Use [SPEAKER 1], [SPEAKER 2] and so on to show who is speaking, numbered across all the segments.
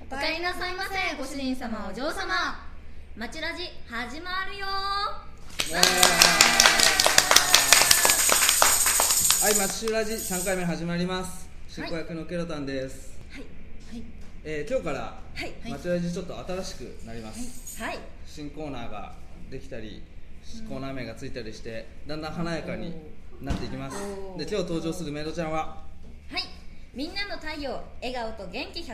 [SPEAKER 1] おかえりなさいませご主人様お嬢様町ラジ始まるよ
[SPEAKER 2] はい、マッシュラジ3回目始まります進行役のケロタンです、
[SPEAKER 1] はい
[SPEAKER 2] えー今日か
[SPEAKER 1] は
[SPEAKER 2] ら
[SPEAKER 1] い
[SPEAKER 2] マッチュラジちょっと新しくなります、
[SPEAKER 1] はい
[SPEAKER 2] 新コーナーができたりコーナー名がついたりしてだんだん華やかになっていきます
[SPEAKER 1] おー
[SPEAKER 2] で今日登場するメイドちゃんは
[SPEAKER 1] はいみんなの太陽笑顔と元気100%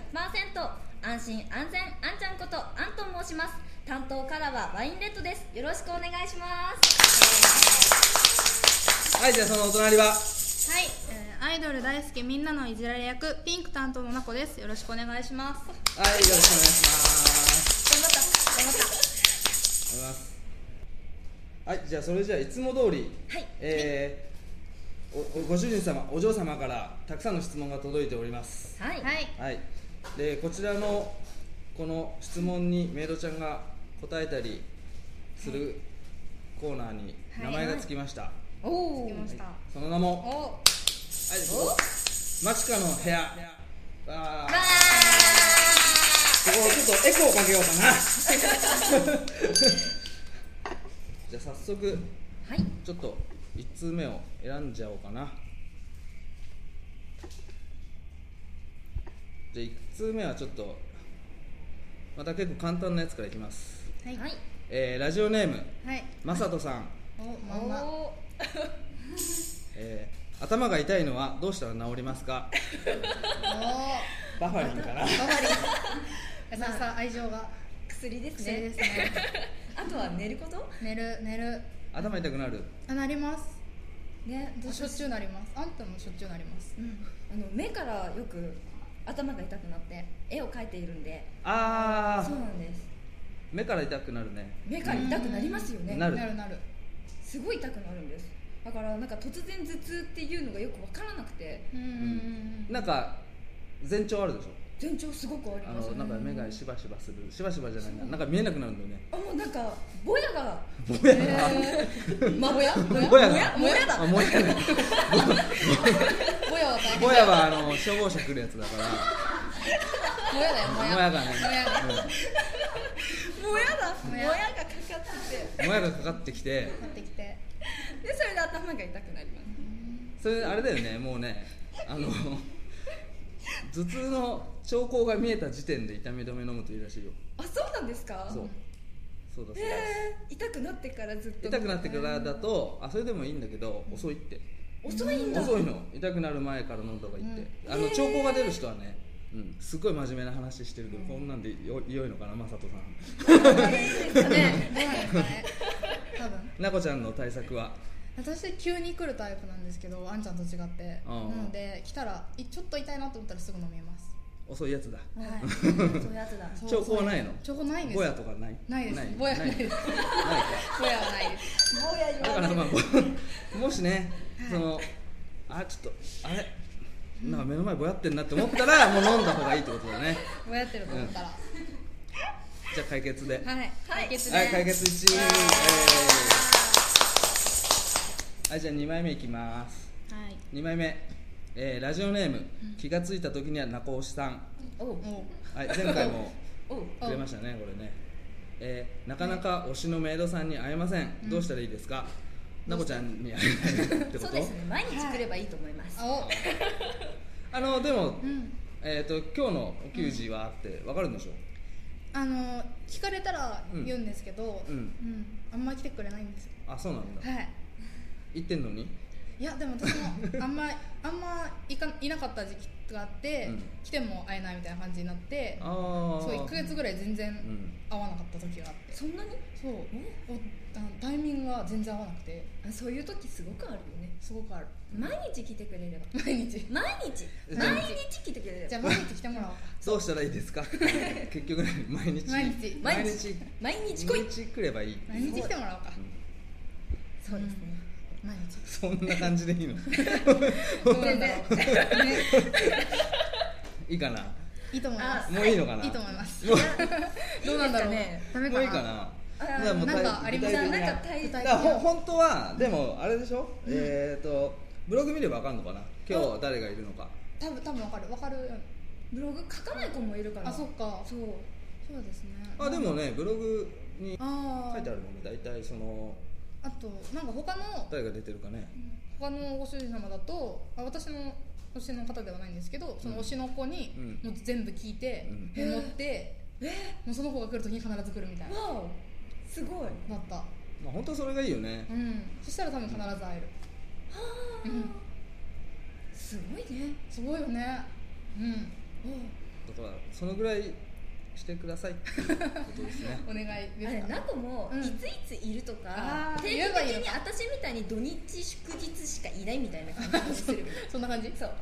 [SPEAKER 1] 安心安全あんちゃんことあんと申します担当カラーはワインレッドですよろしくお願いします
[SPEAKER 2] はいじゃあそのお隣は
[SPEAKER 3] はい、えーアイドル大好きみんなのいじられ役ピンク担当のなこですよろしくお願いします
[SPEAKER 2] はいよろしくお願いします
[SPEAKER 1] 頑張った頑張っ
[SPEAKER 2] お願いしますはいじゃあそれじゃあいつも通り
[SPEAKER 1] たはい
[SPEAKER 2] えーおおご主人様お嬢様からたくさんの質問が届いております
[SPEAKER 1] はい
[SPEAKER 3] はい
[SPEAKER 2] はい、でこちらのこの質問にメイドちゃんが答えたりするコーナーに
[SPEAKER 3] は
[SPEAKER 2] 名
[SPEAKER 3] い
[SPEAKER 2] 前がつきました、
[SPEAKER 1] おお
[SPEAKER 3] 来ました
[SPEAKER 2] その名も「はい、
[SPEAKER 3] お
[SPEAKER 2] マチカの部屋」あ
[SPEAKER 1] わ
[SPEAKER 2] ーここちょっとエコーかけようかな じゃあ早速
[SPEAKER 1] ーはい
[SPEAKER 2] ちょっと1通目を選んじゃおうかなじゃあ1通目はちょっとまた結構簡単なやつからいきます、
[SPEAKER 3] はい
[SPEAKER 1] はい
[SPEAKER 2] えーラジオネーム
[SPEAKER 3] はい
[SPEAKER 2] まさとさん、
[SPEAKER 3] お
[SPEAKER 1] お
[SPEAKER 3] まんま
[SPEAKER 1] お
[SPEAKER 2] えー頭が痛いのはどうしたら治りますかバファリンかな
[SPEAKER 3] 優し さ愛情が
[SPEAKER 1] 薬です
[SPEAKER 3] 薬で
[SPEAKER 1] ね
[SPEAKER 3] すね
[SPEAKER 1] あとは寝ること
[SPEAKER 3] 寝る寝る
[SPEAKER 2] 頭痛くなる
[SPEAKER 3] あなります
[SPEAKER 1] ねどうし
[SPEAKER 3] しょ
[SPEAKER 1] よう
[SPEAKER 3] っちゅうなりますあんたもしょっちゅうなります
[SPEAKER 1] うん、あの目からよく頭が痛くなって絵を描いているんで
[SPEAKER 2] あ
[SPEAKER 1] そう
[SPEAKER 2] ー
[SPEAKER 1] なんです
[SPEAKER 2] 目から痛くなるね
[SPEAKER 1] 目から痛くなりますよね
[SPEAKER 2] うんなる
[SPEAKER 3] なるなる
[SPEAKER 1] すごい痛くなるんですだからなんか突然頭痛っていうのがよく分からなくて
[SPEAKER 3] うんうん
[SPEAKER 2] なんか前兆あるでしょ
[SPEAKER 1] 前兆すごくあり
[SPEAKER 2] あ
[SPEAKER 1] ます
[SPEAKER 2] のなんか目がしばしばするしばしばじゃないななんか見えなくなるんだよね
[SPEAKER 1] あもうなんかぼやが
[SPEAKER 2] ぼやが
[SPEAKER 1] ま ぼやぼや
[SPEAKER 2] ぼ
[SPEAKER 1] ぼ
[SPEAKER 2] や
[SPEAKER 1] や
[SPEAKER 2] が
[SPEAKER 1] ぼやだ
[SPEAKER 2] あもうやね
[SPEAKER 3] ぼやは大変
[SPEAKER 2] ぼやはあの消防車来るやつだか
[SPEAKER 3] ぼやだよ
[SPEAKER 2] ら
[SPEAKER 3] ぼ
[SPEAKER 2] も
[SPEAKER 3] や
[SPEAKER 2] やがね
[SPEAKER 3] もや
[SPEAKER 1] ぼやだ
[SPEAKER 3] ぼ
[SPEAKER 1] ぼ
[SPEAKER 3] や
[SPEAKER 1] やがかかってて
[SPEAKER 2] うんもやがかかってきて
[SPEAKER 3] 買ってきて
[SPEAKER 1] でそれで頭が痛くなります
[SPEAKER 2] それあれだよねもうねあの頭痛の兆候が見えた時点で痛み止め飲むといいらしいよ
[SPEAKER 1] あそうなんですか
[SPEAKER 2] そうそうだそうだ
[SPEAKER 1] えー、痛くなってからずっと
[SPEAKER 2] 痛くなってからだとあそれでもいいんだけど遅いって
[SPEAKER 1] 遅いんだ
[SPEAKER 2] 遅いの痛くなる前から飲んだ方がいいって、
[SPEAKER 1] うん
[SPEAKER 2] あの
[SPEAKER 1] へー
[SPEAKER 2] 兆候が出る人はね、うん、すごい真面目な話してるけど、こんなんでよ良いのかな雅人さん
[SPEAKER 3] ねどうなんですかね多分
[SPEAKER 2] なこちゃんの対策は
[SPEAKER 3] 私急に来るタイプなんですけどあんちゃんと違って
[SPEAKER 2] う
[SPEAKER 3] なんので来たらいちょっと痛いなと思ったらすぐ飲み ます
[SPEAKER 2] 遅いやつだ
[SPEAKER 3] はい
[SPEAKER 1] そういうやつだ
[SPEAKER 3] そう
[SPEAKER 2] 兆候はないの
[SPEAKER 3] 兆候ないんです
[SPEAKER 2] ぼやとかない
[SPEAKER 3] ないですぼやはないです
[SPEAKER 2] ない
[SPEAKER 3] ぼやはないです
[SPEAKER 1] ぼや
[SPEAKER 2] かだからまあ ぼもしね、そのあちょっとあれなんか目の前ぼやってんなって思ったらもう飲んだ方がいいってことだね
[SPEAKER 3] ぼやってると思ったら、
[SPEAKER 2] じゃあ解決では
[SPEAKER 3] はい解決
[SPEAKER 2] い解
[SPEAKER 3] で
[SPEAKER 2] 決1位はいじゃあ2枚目いきます
[SPEAKER 3] はい
[SPEAKER 2] 2枚目、えーラジオネーム気がついた時には中押しさん
[SPEAKER 1] おう
[SPEAKER 3] も
[SPEAKER 2] はい前回も
[SPEAKER 1] おう
[SPEAKER 2] くれましたねこれね、えーなかなか推しのメイドさんに会えません、どうしたらいいですかなこちゃんに会えないってこ
[SPEAKER 1] そう
[SPEAKER 2] と
[SPEAKER 1] ですね毎日来ればいいと思います、
[SPEAKER 3] うお
[SPEAKER 2] あのでも、
[SPEAKER 3] うん
[SPEAKER 2] えー、と今日のお給仕はあってわかるんでしょ、
[SPEAKER 3] あの聞かれたら言うんですけど
[SPEAKER 2] うん
[SPEAKER 3] うんあんま来てくれないんですよ
[SPEAKER 2] あそうなんだ
[SPEAKER 3] はい
[SPEAKER 2] 行ってんのに
[SPEAKER 3] いやでも私 もあんまあんまいかいなかった時期があって、
[SPEAKER 2] うん
[SPEAKER 3] 来ても会えないみたいな感じになって
[SPEAKER 2] ああ
[SPEAKER 3] そう1か月ぐらい全
[SPEAKER 2] う
[SPEAKER 3] 然
[SPEAKER 2] ん
[SPEAKER 3] 会わなかった時があって
[SPEAKER 1] そんなに
[SPEAKER 3] そうおあのタイミングが全然合わなくて
[SPEAKER 1] あそういう時すごくあるよね
[SPEAKER 3] すごくある
[SPEAKER 1] 毎日来てくれれば
[SPEAKER 3] 毎日
[SPEAKER 1] 毎日
[SPEAKER 2] え
[SPEAKER 1] 毎日来てくれれ
[SPEAKER 3] じゃ
[SPEAKER 1] ば
[SPEAKER 3] あ毎日来てもらおうか
[SPEAKER 2] どうしたらいい ですか結局何毎日
[SPEAKER 3] 毎日
[SPEAKER 2] 毎
[SPEAKER 1] 毎
[SPEAKER 2] 日
[SPEAKER 1] 日毎日来い
[SPEAKER 2] 毎日来ればいい
[SPEAKER 3] 毎日来てもらおうか
[SPEAKER 1] そうですね
[SPEAKER 3] 毎日
[SPEAKER 2] そんな感じでいいの
[SPEAKER 3] どうなんだろうね
[SPEAKER 2] いいかない
[SPEAKER 3] いと思います
[SPEAKER 2] もういいのかな、
[SPEAKER 3] いいと思いま す
[SPEAKER 2] もう
[SPEAKER 3] どうなんだろう
[SPEAKER 1] いいです
[SPEAKER 3] ダメ
[SPEAKER 2] もういい
[SPEAKER 3] か
[SPEAKER 2] か
[SPEAKER 3] な
[SPEAKER 2] な
[SPEAKER 1] あー
[SPEAKER 2] じゃあもう
[SPEAKER 3] な
[SPEAKER 2] 具
[SPEAKER 3] んか
[SPEAKER 2] 体
[SPEAKER 3] あります
[SPEAKER 2] 具
[SPEAKER 1] じゃあな
[SPEAKER 2] 体的なん
[SPEAKER 1] か体
[SPEAKER 2] だか
[SPEAKER 3] 体
[SPEAKER 2] らほ本当はでもあれでしょ、えっ、とブログ見ればわかんのかな今日誰がいるのか
[SPEAKER 3] 多分多分わかるわかる
[SPEAKER 1] ブログ書かない子もいるから
[SPEAKER 3] あそっか
[SPEAKER 1] そう
[SPEAKER 3] そうですね
[SPEAKER 2] あでもねブログに
[SPEAKER 3] あ
[SPEAKER 2] 書いて
[SPEAKER 3] ー
[SPEAKER 2] あるもんね大体その
[SPEAKER 3] あとなんか他の
[SPEAKER 2] 誰が出てるかね
[SPEAKER 3] 他のご主人様だとあ私の推しの方ではないんですけどその推しの子に
[SPEAKER 2] うん
[SPEAKER 3] もう全部聞いて、
[SPEAKER 2] うん
[SPEAKER 3] メモってもうその子が来る時に必ず来るみたいな
[SPEAKER 1] わおすごいは
[SPEAKER 3] なった
[SPEAKER 2] まあ本当はそれがいいよね
[SPEAKER 3] うんそしたら多分必ず会える
[SPEAKER 1] あ、
[SPEAKER 3] うん
[SPEAKER 1] すごいね
[SPEAKER 3] すごいよねうん
[SPEAKER 2] だからそのぐらいしてくださいっていうことですね
[SPEAKER 3] お願い
[SPEAKER 1] あ
[SPEAKER 3] で
[SPEAKER 1] れ
[SPEAKER 3] す
[SPEAKER 1] ナ
[SPEAKER 3] か
[SPEAKER 1] コも
[SPEAKER 3] うん
[SPEAKER 1] いついついるとか
[SPEAKER 3] あ、ー
[SPEAKER 1] 定
[SPEAKER 3] 言えば
[SPEAKER 1] 期
[SPEAKER 3] いい
[SPEAKER 1] 的
[SPEAKER 3] の
[SPEAKER 1] に私みたいに土日祝日しかいないみたいな感じにする
[SPEAKER 3] そんな感じそう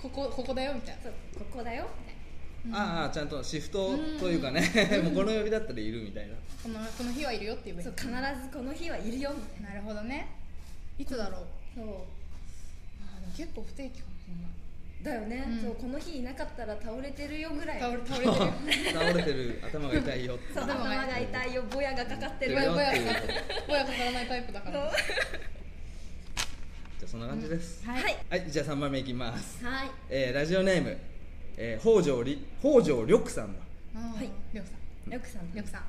[SPEAKER 3] ここここだよみたいな
[SPEAKER 1] そうここだよみたいな
[SPEAKER 3] うん
[SPEAKER 2] ああちゃんとシフトというかね もうこの曜日だったらいるみたいな
[SPEAKER 3] このこの日はいるよっていう
[SPEAKER 1] そう必ずこの日はいるよみたいな
[SPEAKER 3] なるほどねいつだろう
[SPEAKER 1] そう
[SPEAKER 3] あーでも結構不定期かもしれ
[SPEAKER 1] だよね、
[SPEAKER 3] うん
[SPEAKER 1] そうこの日いなかったら倒れてるよぐらい
[SPEAKER 3] ない倒れ倒れてる よ
[SPEAKER 2] 倒れてる頭が痛いよって
[SPEAKER 1] そう頭が痛いよぼやがかかってる
[SPEAKER 2] ぼや
[SPEAKER 1] よ
[SPEAKER 2] ぼ
[SPEAKER 3] ぼや
[SPEAKER 2] や
[SPEAKER 3] ぼやぼやかからないタイプだか
[SPEAKER 1] そう
[SPEAKER 3] ら
[SPEAKER 1] は
[SPEAKER 2] じゃあそんな感じです、
[SPEAKER 1] い、はい
[SPEAKER 2] はいじゃあ3番目いきます、えーラジオネーム、えー、北条り北条緑さんだ
[SPEAKER 3] は
[SPEAKER 1] はいい
[SPEAKER 3] りょうさん
[SPEAKER 1] よくさん
[SPEAKER 3] りょうさん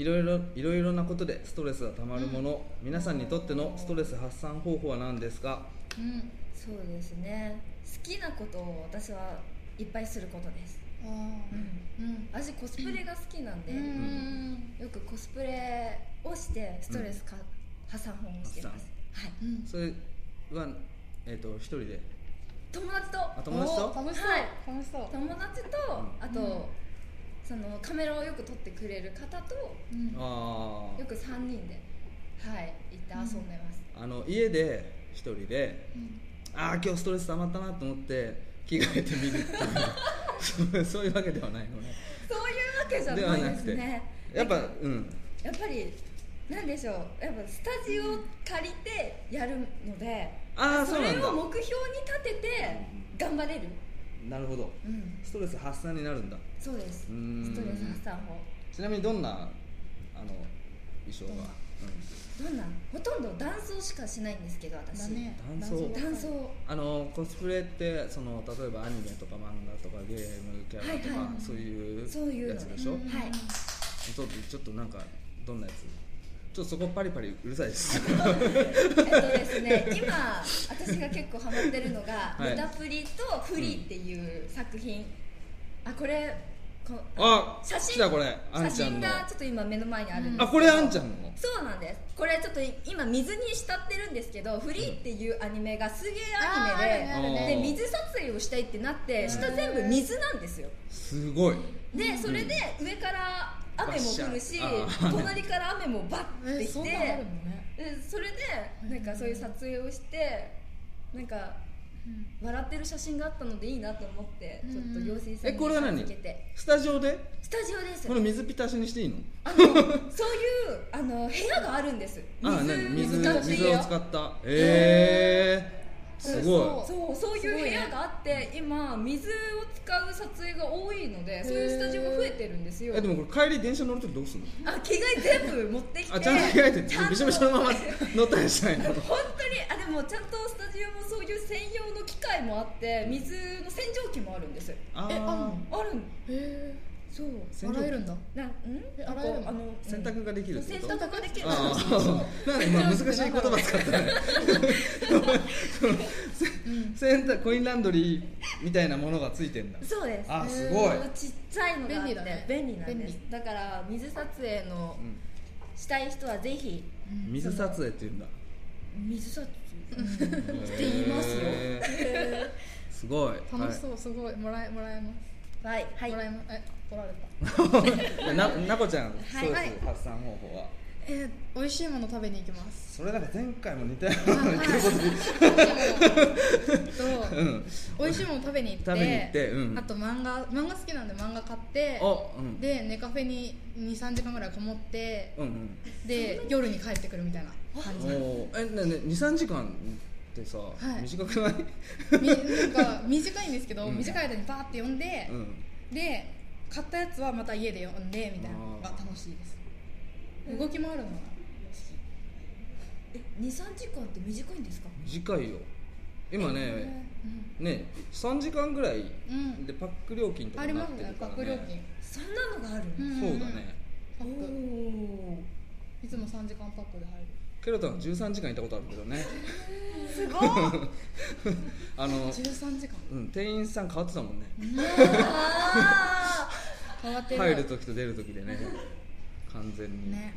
[SPEAKER 2] いろいろいろいろなことでストレスがたまるもの、皆さんにとってのストレス発散方法は何ですか
[SPEAKER 3] うん
[SPEAKER 1] そうですね好きなことを私はいっぱいすることです、
[SPEAKER 3] あーうん
[SPEAKER 1] 私コスプレが好きなんで、
[SPEAKER 3] うんうん
[SPEAKER 1] よくコスプレをしてストレスか、破産本をしてますはい
[SPEAKER 3] うん
[SPEAKER 2] それは、えー、と一人で
[SPEAKER 1] 友達と
[SPEAKER 2] あ友達と
[SPEAKER 3] お楽しそう
[SPEAKER 1] はい
[SPEAKER 3] 楽しそう
[SPEAKER 1] 友達と
[SPEAKER 2] うん
[SPEAKER 1] あと、
[SPEAKER 3] うん
[SPEAKER 1] そのカメラをよく撮ってくれる方と
[SPEAKER 3] うん
[SPEAKER 2] あ
[SPEAKER 1] よく3人ではい行って遊んでます、
[SPEAKER 2] ああの家で一人で
[SPEAKER 3] うん
[SPEAKER 2] ああ今日ストレス溜まったなと思って着替えてみるっていう そうそういうわけではないのね
[SPEAKER 1] そういうわけじゃないです
[SPEAKER 2] ではな
[SPEAKER 1] ね
[SPEAKER 2] やっぱうん
[SPEAKER 1] やっぱりなんでしょうやっぱスタジオ借りてやるので
[SPEAKER 2] ああ
[SPEAKER 1] そ
[SPEAKER 2] そう
[SPEAKER 1] れ
[SPEAKER 2] なんだ
[SPEAKER 1] を目標に立てて頑張れる
[SPEAKER 2] なるほど
[SPEAKER 1] うん
[SPEAKER 2] ストレス発散になるんだ
[SPEAKER 1] そうです
[SPEAKER 2] うーん
[SPEAKER 1] ストレス発散法
[SPEAKER 2] ちなみにどんなあの衣装が、
[SPEAKER 1] どんなどんなほとんど男装しかしないんですけど私
[SPEAKER 3] だね
[SPEAKER 2] 男装
[SPEAKER 1] 男装
[SPEAKER 2] あのコスプレってその例えばアニメとか漫画とかゲームキャラとか、
[SPEAKER 1] はいはい
[SPEAKER 2] そういう
[SPEAKER 1] そういうの
[SPEAKER 2] やつでしょ、
[SPEAKER 1] うんはい
[SPEAKER 2] ちょっとちょっとなんかどんなやつちょっとそこパリパリうるさいです
[SPEAKER 1] えっとですね今私が結構ハマってるのが「
[SPEAKER 2] はい
[SPEAKER 1] ネタプリ」と「フリー」っていう作品あこれこ
[SPEAKER 2] あ
[SPEAKER 1] 写真
[SPEAKER 2] 来たこれあ
[SPEAKER 1] 写
[SPEAKER 2] んちゃ
[SPEAKER 1] 真
[SPEAKER 2] んの
[SPEAKER 1] がちょっと今目の前にあるんですけど
[SPEAKER 2] あこれあんちゃんの
[SPEAKER 1] そうなんですこれちょっと今水に浸ってるんですけど「フリー」っていうアニメが水泳アニメで
[SPEAKER 3] あーある
[SPEAKER 2] ねあ
[SPEAKER 1] で
[SPEAKER 2] るね
[SPEAKER 1] 水撮影をしたいってなって下全部水なんですよ
[SPEAKER 2] すごい
[SPEAKER 1] でそれで上から雨も降るし
[SPEAKER 2] バッシャーあー
[SPEAKER 1] 隣から雨もバッて
[SPEAKER 3] え
[SPEAKER 1] き
[SPEAKER 3] そんなのあ
[SPEAKER 1] て
[SPEAKER 3] るのね
[SPEAKER 1] でそれでなんかそういう撮影をしてなんか笑ってる写真があったのでいいなと思ってちょっと行政さん
[SPEAKER 2] えこれは
[SPEAKER 1] に
[SPEAKER 2] 何
[SPEAKER 1] 預けて
[SPEAKER 2] スタジオで
[SPEAKER 1] スタジオです
[SPEAKER 2] この水浸しにしていいの
[SPEAKER 1] あのそういうあの部屋があるんです
[SPEAKER 2] あ
[SPEAKER 1] 水
[SPEAKER 2] 何水
[SPEAKER 1] 使っていい
[SPEAKER 2] 水
[SPEAKER 1] よ
[SPEAKER 2] を使ったええー、
[SPEAKER 3] それ
[SPEAKER 2] すご
[SPEAKER 3] そ
[SPEAKER 1] そうそういう部屋があって、今水を使う撮影が多いのでそういうスタジオが増えてるんです
[SPEAKER 2] い
[SPEAKER 1] よ
[SPEAKER 2] えでもこれ帰り電車乗るときどうするの
[SPEAKER 1] あ着替え全部持ってきて
[SPEAKER 2] あちゃんと着替えて
[SPEAKER 1] ちゃんと
[SPEAKER 2] びしょびしょのまま乗ったりしないの
[SPEAKER 1] 本当にあでもちゃんとスタジオもそういう専用の機械もあって水の洗浄機もあるんです
[SPEAKER 2] あ
[SPEAKER 3] えあんの
[SPEAKER 1] あるん
[SPEAKER 3] へ
[SPEAKER 1] そう
[SPEAKER 2] 洗浄機
[SPEAKER 3] 洗えるんだ
[SPEAKER 1] なんうん
[SPEAKER 3] え
[SPEAKER 1] なんか
[SPEAKER 3] 洗えるの
[SPEAKER 1] あのうん
[SPEAKER 2] 洗濯ができるってこと
[SPEAKER 1] 洗濯ができる
[SPEAKER 2] あ
[SPEAKER 1] そうそうそう
[SPEAKER 2] あなんか今難しい言葉使ったね洗濯コインランドリーみたいなものがついてんだ
[SPEAKER 1] そうです
[SPEAKER 2] あすごい
[SPEAKER 1] ちっちゃいのがあって
[SPEAKER 3] 便利だね
[SPEAKER 1] 便利なんです
[SPEAKER 3] 便利
[SPEAKER 1] だから水撮影の
[SPEAKER 2] うん
[SPEAKER 1] したい人はぜひ
[SPEAKER 2] 水撮影っていうんだ
[SPEAKER 1] 水 撮影
[SPEAKER 2] って
[SPEAKER 1] 言いますよ
[SPEAKER 2] すごい
[SPEAKER 3] 楽しそうすごいもらえもらえま
[SPEAKER 1] はいは
[SPEAKER 3] すもら
[SPEAKER 1] い
[SPEAKER 3] えますえ取られた
[SPEAKER 2] はいななこちゃんス
[SPEAKER 1] はい
[SPEAKER 2] トレ
[SPEAKER 3] はい
[SPEAKER 2] ス発散方法は
[SPEAKER 3] えー、美味しいもの食べに行き ます。
[SPEAKER 2] それなんか前回も似たようなの言ってることで
[SPEAKER 3] と
[SPEAKER 2] うん
[SPEAKER 3] 美味しいもの食べに行って、
[SPEAKER 2] 食べに行ってうん
[SPEAKER 3] あと漫画漫画好きなんで漫画買って、
[SPEAKER 2] おうん
[SPEAKER 3] で寝カフェに二三時間ぐらいこもって、
[SPEAKER 2] うん
[SPEAKER 3] で夜に帰ってくるみ たいな感
[SPEAKER 2] うんおーえねね二三時間ってさ
[SPEAKER 3] い
[SPEAKER 2] 短くない
[SPEAKER 3] じ。みなんか短いんですけど、
[SPEAKER 2] うん
[SPEAKER 3] 短い間にバーって読んで、
[SPEAKER 2] うん
[SPEAKER 3] で買ったやつはまた家で読んでみたいなのが楽しいです。動き回るのが
[SPEAKER 1] え23時間って短いんですか
[SPEAKER 2] 短いよ今ねね3時間ぐらい
[SPEAKER 3] うん
[SPEAKER 2] でパック料金とか
[SPEAKER 1] あり
[SPEAKER 2] にな
[SPEAKER 1] ます
[SPEAKER 2] って
[SPEAKER 1] ね
[SPEAKER 2] るか
[SPEAKER 1] 学
[SPEAKER 2] ら
[SPEAKER 1] 料金
[SPEAKER 2] ね
[SPEAKER 1] そんなのがある
[SPEAKER 3] うん
[SPEAKER 2] そうだね
[SPEAKER 1] パックいつも3時間パックで入る
[SPEAKER 2] ケロタン13時間いたことあるけどね
[SPEAKER 1] すごい
[SPEAKER 2] あの、
[SPEAKER 1] 13時間
[SPEAKER 2] うん、店員さん変わってたもんね
[SPEAKER 1] あ
[SPEAKER 3] 変わってる
[SPEAKER 2] 入る時と出る時でね完全に、
[SPEAKER 3] ね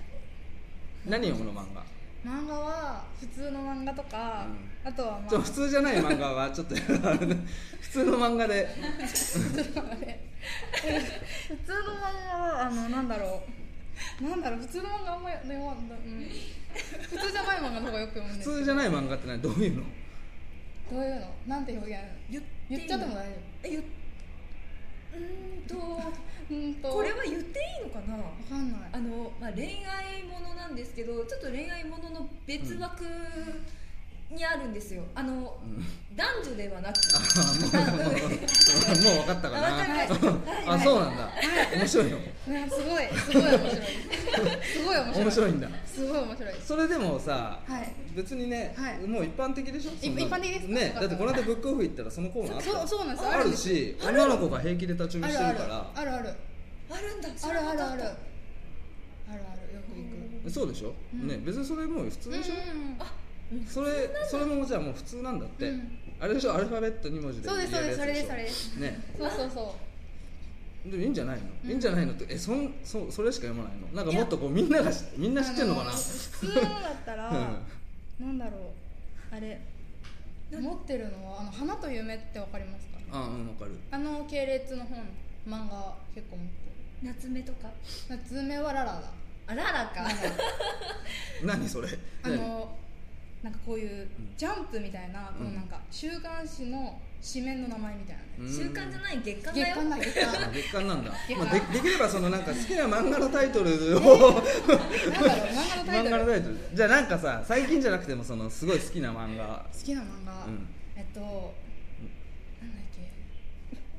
[SPEAKER 2] 何読むの漫画
[SPEAKER 3] 漫画は普通の漫画とか、あとはま
[SPEAKER 2] ちょ
[SPEAKER 3] あ
[SPEAKER 2] 普通じゃない漫画はちょっと 普通の漫画で
[SPEAKER 3] 普通の漫画はあのなんだろうなんだろう普通の漫画あんまり読まんだ、うん、普通じゃない漫画の方がよく読むん
[SPEAKER 2] 普
[SPEAKER 3] です
[SPEAKER 2] 通じゃない漫画って何どういうの
[SPEAKER 3] どういうのなんて表現
[SPEAKER 1] 言っていい
[SPEAKER 3] 言っちゃっても大丈
[SPEAKER 1] え言っうーんと
[SPEAKER 3] 夫うんと
[SPEAKER 1] これ
[SPEAKER 3] わ
[SPEAKER 1] は言っていいのかな
[SPEAKER 3] かんない
[SPEAKER 1] あの、まあ、恋愛ものなんですけどちょっと恋愛ものの別枠にあるんですよあの、
[SPEAKER 2] ん
[SPEAKER 1] 男女ではなく
[SPEAKER 2] あもうもう分かったかな
[SPEAKER 1] あわ
[SPEAKER 2] あそうなんだ面白いの
[SPEAKER 3] ねすごいすごい面 白いすごい面白い
[SPEAKER 2] 面白いんだ
[SPEAKER 3] すごい面白い
[SPEAKER 2] それでもさ
[SPEAKER 3] はい
[SPEAKER 2] 別にね、
[SPEAKER 3] はい
[SPEAKER 2] もう一般的でしょそんな
[SPEAKER 3] 一般的です
[SPEAKER 2] ね
[SPEAKER 3] そう
[SPEAKER 2] だってこの間ブックオフ行ったらそのコーナーあった
[SPEAKER 3] そうそうなんです
[SPEAKER 2] あ
[SPEAKER 3] あるん
[SPEAKER 2] る
[SPEAKER 3] です
[SPEAKER 2] し女の子が平気で立ち読
[SPEAKER 3] あ
[SPEAKER 2] みし
[SPEAKER 3] る
[SPEAKER 2] てる
[SPEAKER 3] ある
[SPEAKER 2] から
[SPEAKER 3] あるある
[SPEAKER 1] あるんだ
[SPEAKER 3] あるあるあるあるある
[SPEAKER 1] あ
[SPEAKER 3] よく行く
[SPEAKER 2] そうでしょ、
[SPEAKER 3] ん
[SPEAKER 2] ね別にそれもう普通でしょ、
[SPEAKER 3] うん
[SPEAKER 2] それそれもじゃあもう普通なんだって、
[SPEAKER 3] うん
[SPEAKER 2] あれでしょアルファベット2文字で
[SPEAKER 3] そうです
[SPEAKER 2] 言えるやつしょ
[SPEAKER 3] それです
[SPEAKER 2] ね
[SPEAKER 3] そうそうそう
[SPEAKER 2] でもいいんじゃないの、いいんじゃないのってえそんそそれしか読まないのなんかもっとこうみんなが知みんな知ってんのかな
[SPEAKER 3] あ普通のだったらなんだろうあれ持ってるのはあの花と夢ってわかりますか
[SPEAKER 2] あうんわかる
[SPEAKER 3] あの系列の本漫画結構持って
[SPEAKER 1] 夏目とか
[SPEAKER 3] る夏目はララだ
[SPEAKER 1] あららか
[SPEAKER 2] 何それ
[SPEAKER 3] あのなんかこういうジャンプみたいな、
[SPEAKER 2] うん
[SPEAKER 3] このなんか週刊誌の紙面の名前みたいなね、
[SPEAKER 2] 何
[SPEAKER 1] 習慣じゃ
[SPEAKER 2] い
[SPEAKER 1] ない月間だ
[SPEAKER 3] 月
[SPEAKER 1] よ
[SPEAKER 3] 刊だ月刊なんだろ
[SPEAKER 2] 月刊なんだ
[SPEAKER 3] 月、
[SPEAKER 2] ま
[SPEAKER 3] 刊
[SPEAKER 2] あ、でできればそのなんか好きな漫画のタイトルを、
[SPEAKER 3] う漫画のタイ
[SPEAKER 2] 漫
[SPEAKER 3] ト
[SPEAKER 2] 画の
[SPEAKER 3] ル
[SPEAKER 2] タイトルじゃあなんかさ最近じゃなくてもそのすごい好きな漫画
[SPEAKER 3] 好きな漫画、
[SPEAKER 2] うん
[SPEAKER 3] えっとなんだっ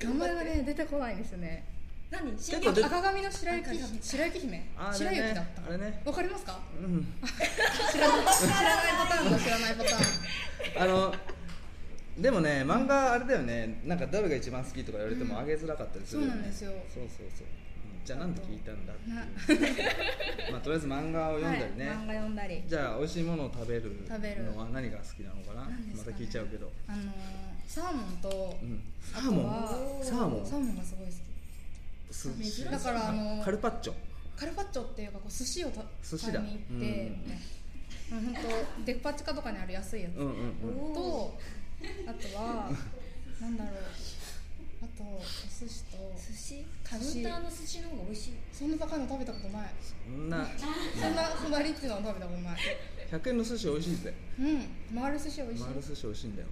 [SPEAKER 3] け名前がね出てこないんですよね
[SPEAKER 1] 何
[SPEAKER 2] 結
[SPEAKER 1] 新
[SPEAKER 2] 構
[SPEAKER 1] 月
[SPEAKER 2] 出
[SPEAKER 3] 赤髪の白雪
[SPEAKER 1] 赤髪
[SPEAKER 3] 白雪姫
[SPEAKER 2] あれ
[SPEAKER 3] 白
[SPEAKER 2] ね
[SPEAKER 3] 雪だった
[SPEAKER 2] あれね
[SPEAKER 3] わかりますか
[SPEAKER 2] うん
[SPEAKER 3] 知らない知らないパターンだ知らないパターン
[SPEAKER 2] あのでもね漫画あれだよねなんかどれが一番好きとか言われてもあげづらかったりするよね、
[SPEAKER 3] そうなんですよ
[SPEAKER 2] そうそうそううんじゃあなんで聞いたんだって
[SPEAKER 3] な
[SPEAKER 2] まあとりあえず漫画を読んだりね、
[SPEAKER 3] はい、漫画読んだり
[SPEAKER 2] じゃあ美味しいものを食べる
[SPEAKER 3] 食べる
[SPEAKER 2] のは何が好きなのかな
[SPEAKER 3] 何です
[SPEAKER 2] ま
[SPEAKER 3] か
[SPEAKER 2] た聞
[SPEAKER 3] ね
[SPEAKER 2] いちゃうけど、
[SPEAKER 3] あのーサーモンと、
[SPEAKER 2] うん、サ
[SPEAKER 3] あ
[SPEAKER 2] ー
[SPEAKER 3] と
[SPEAKER 2] モ
[SPEAKER 3] は
[SPEAKER 2] ンサーモン
[SPEAKER 3] サーモンがすごい好き
[SPEAKER 2] す
[SPEAKER 1] 珍しい
[SPEAKER 3] だからあの
[SPEAKER 2] カルパッチョ
[SPEAKER 3] カルパッチョっていうかこう寿司をた
[SPEAKER 2] 寿司だ
[SPEAKER 3] 買いに行って、
[SPEAKER 2] うん
[SPEAKER 3] ねもう本当デパ地下とかにある安いやつ、
[SPEAKER 2] うんうんうん
[SPEAKER 3] とあとはなんだろうあとお寿司と
[SPEAKER 1] 寿司カ
[SPEAKER 3] カ
[SPEAKER 1] ウ
[SPEAKER 3] ウ
[SPEAKER 1] ン
[SPEAKER 3] ン
[SPEAKER 1] タ
[SPEAKER 3] タ
[SPEAKER 1] ー
[SPEAKER 3] ー
[SPEAKER 1] の寿司の方が美味しい
[SPEAKER 3] そんな高いの食べたことない
[SPEAKER 2] そんな
[SPEAKER 3] そんなそんなリッチなの食べたことない
[SPEAKER 2] 100円の寿司美味しいぜ
[SPEAKER 3] うん回る寿司美味しい
[SPEAKER 2] 回る寿司美味しいんだよ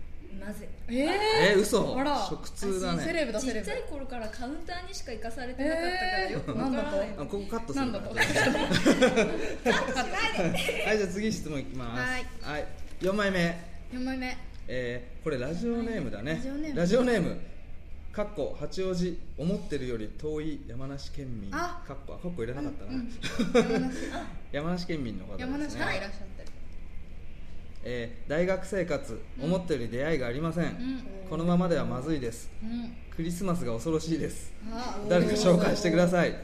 [SPEAKER 1] なぜ
[SPEAKER 3] ええ
[SPEAKER 2] えー、嘘
[SPEAKER 3] あら
[SPEAKER 2] 食通だ
[SPEAKER 3] セ
[SPEAKER 2] ね
[SPEAKER 3] レブだ
[SPEAKER 1] ち
[SPEAKER 3] セレ
[SPEAKER 1] っ
[SPEAKER 3] ブ
[SPEAKER 1] ちゃい頃からカウンターにしか行かされてなかったから
[SPEAKER 3] え
[SPEAKER 1] よく
[SPEAKER 3] ー、
[SPEAKER 1] わ
[SPEAKER 3] なん
[SPEAKER 1] か
[SPEAKER 3] だ
[SPEAKER 1] ら
[SPEAKER 3] と
[SPEAKER 1] ない
[SPEAKER 2] あここカットす
[SPEAKER 3] な
[SPEAKER 2] る
[SPEAKER 3] ん
[SPEAKER 2] か
[SPEAKER 3] だ
[SPEAKER 2] ら
[SPEAKER 3] と
[SPEAKER 2] はいじゃあ次質問いきます
[SPEAKER 3] はい
[SPEAKER 2] はい4枚目
[SPEAKER 3] 4枚 目
[SPEAKER 2] えー、これラジオネームだね
[SPEAKER 3] ラジオネーム
[SPEAKER 2] ラジオネームかっこ八王子思ってるより遠い山梨県民
[SPEAKER 3] あ
[SPEAKER 2] かっこあかっこ入れなかったな、
[SPEAKER 3] 山梨
[SPEAKER 2] 山梨県民の方ですね
[SPEAKER 3] 山梨からいらっしゃってる
[SPEAKER 2] えー大学生活思ったより出会いがありません、
[SPEAKER 3] ん
[SPEAKER 2] このままではまずいです
[SPEAKER 3] うん
[SPEAKER 2] クリスマスが恐ろしいです
[SPEAKER 3] あ
[SPEAKER 2] 誰か紹介してくだ
[SPEAKER 3] い
[SPEAKER 2] さい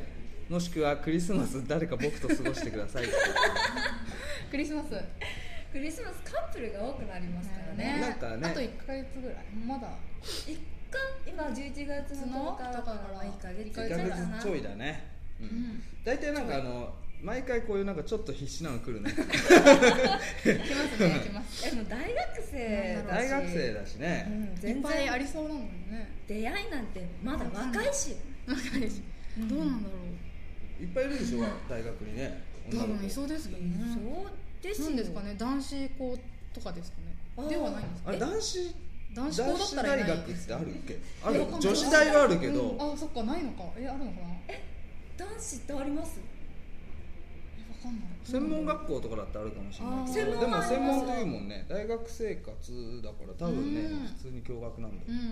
[SPEAKER 2] もしくはクリスマス誰か僕と過ごしてください
[SPEAKER 3] クリスマス
[SPEAKER 1] クリスマスカップルが多くなりますからね
[SPEAKER 2] なんかね
[SPEAKER 3] あと1か月ぐらいまだ
[SPEAKER 1] 一回今11月の10日だから1か月
[SPEAKER 3] 一
[SPEAKER 1] ぐ
[SPEAKER 3] ヶ
[SPEAKER 1] らいか
[SPEAKER 2] 1ヶ
[SPEAKER 3] 月
[SPEAKER 1] な
[SPEAKER 2] 月ちょいだね、うん
[SPEAKER 3] ん
[SPEAKER 2] 大体なんかあの毎回こういうなんかちょっと必死なの来るね
[SPEAKER 3] 来ますね来ます
[SPEAKER 1] でも大学生だし
[SPEAKER 2] 大学生だし
[SPEAKER 1] う
[SPEAKER 2] ね、
[SPEAKER 1] ん
[SPEAKER 3] いっ
[SPEAKER 1] 全
[SPEAKER 3] ぱいあ
[SPEAKER 1] 然
[SPEAKER 3] りそうなのにね
[SPEAKER 1] 出会いなんてまだ若いし
[SPEAKER 3] 若いしどうなんだろ
[SPEAKER 2] いっぱいいるでしょ大学にね
[SPEAKER 3] う多
[SPEAKER 2] 女の
[SPEAKER 3] 分
[SPEAKER 2] 子
[SPEAKER 3] いそうです
[SPEAKER 1] そ
[SPEAKER 3] けどね
[SPEAKER 1] うです
[SPEAKER 3] な
[SPEAKER 1] よ
[SPEAKER 3] んですかね男子校とかですか
[SPEAKER 1] あ
[SPEAKER 3] ね
[SPEAKER 1] ー
[SPEAKER 3] ではないんですか
[SPEAKER 2] あれ
[SPEAKER 1] え
[SPEAKER 2] 男子
[SPEAKER 3] 男子校だったらいない
[SPEAKER 2] 男子大学ってあるっけあ
[SPEAKER 3] え
[SPEAKER 2] る
[SPEAKER 3] わかんない
[SPEAKER 2] 女子大はあるけど、
[SPEAKER 3] うんあそっかないのかえあるのかなえ
[SPEAKER 1] 男子ってあります
[SPEAKER 3] わかんない
[SPEAKER 2] 専門学校とかだってあるかもしれないけど
[SPEAKER 1] あー
[SPEAKER 2] でも
[SPEAKER 1] 専
[SPEAKER 2] 専
[SPEAKER 1] 門はあります
[SPEAKER 2] 門というもんね大学生活だから多分ね
[SPEAKER 3] うん
[SPEAKER 2] 普通に共学なんだよ
[SPEAKER 3] うんうんうん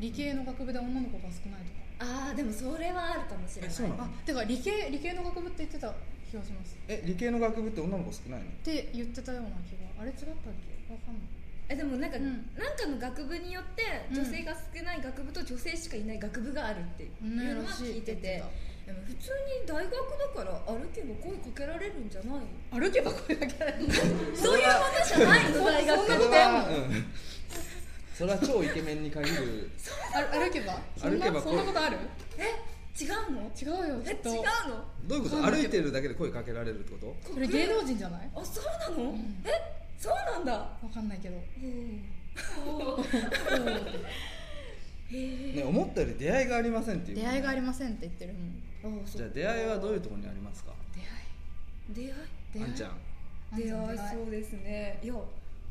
[SPEAKER 3] 理系の学部で女の子が少ないとか
[SPEAKER 1] ああでもそれはあるかもしれ
[SPEAKER 2] え
[SPEAKER 1] ない
[SPEAKER 2] そうなの
[SPEAKER 3] あてか理系理系の学部って言ってた気がします
[SPEAKER 2] え理系の学部って女の子少ないの
[SPEAKER 3] って言ってたような気があれ違ったっけわかんない
[SPEAKER 1] えでもなんか、
[SPEAKER 3] うん
[SPEAKER 1] なんかの学部によって
[SPEAKER 3] うん
[SPEAKER 1] 女性が少ない学部と女性しかいない学部があるっていうのは聞いてて、
[SPEAKER 3] ねらし
[SPEAKER 1] でも普通に大学だから歩けば声かけられるんじゃない
[SPEAKER 3] 歩けば声だけだよ
[SPEAKER 1] そういうことじゃないの大学
[SPEAKER 3] そん
[SPEAKER 2] そ
[SPEAKER 3] なこと
[SPEAKER 2] れ
[SPEAKER 3] やんの
[SPEAKER 2] は、うん、それは超イケメンに限る
[SPEAKER 3] 歩歩けばそんな
[SPEAKER 2] 歩けば
[SPEAKER 3] そんなことある
[SPEAKER 1] え違うの
[SPEAKER 3] 違うよき
[SPEAKER 1] え
[SPEAKER 3] っと
[SPEAKER 1] 違うの
[SPEAKER 2] どういうこと
[SPEAKER 3] わかんない
[SPEAKER 2] 歩
[SPEAKER 3] け
[SPEAKER 2] い
[SPEAKER 3] ど
[SPEAKER 2] てるだけで声かけられるってこと
[SPEAKER 3] それ芸能人じゃない
[SPEAKER 1] あそうなの、えそうなんだ
[SPEAKER 3] わかんないけど
[SPEAKER 2] ね思ったより出会いがありませんっていう
[SPEAKER 3] 出会いがありませんって言ってる
[SPEAKER 1] ああそ
[SPEAKER 2] じゃあ
[SPEAKER 1] う
[SPEAKER 2] 出会いはどういうところにありますか
[SPEAKER 1] 出会い
[SPEAKER 3] 出会い
[SPEAKER 2] あんちゃん
[SPEAKER 1] 出会い
[SPEAKER 3] あんちゃん
[SPEAKER 1] そうですねいや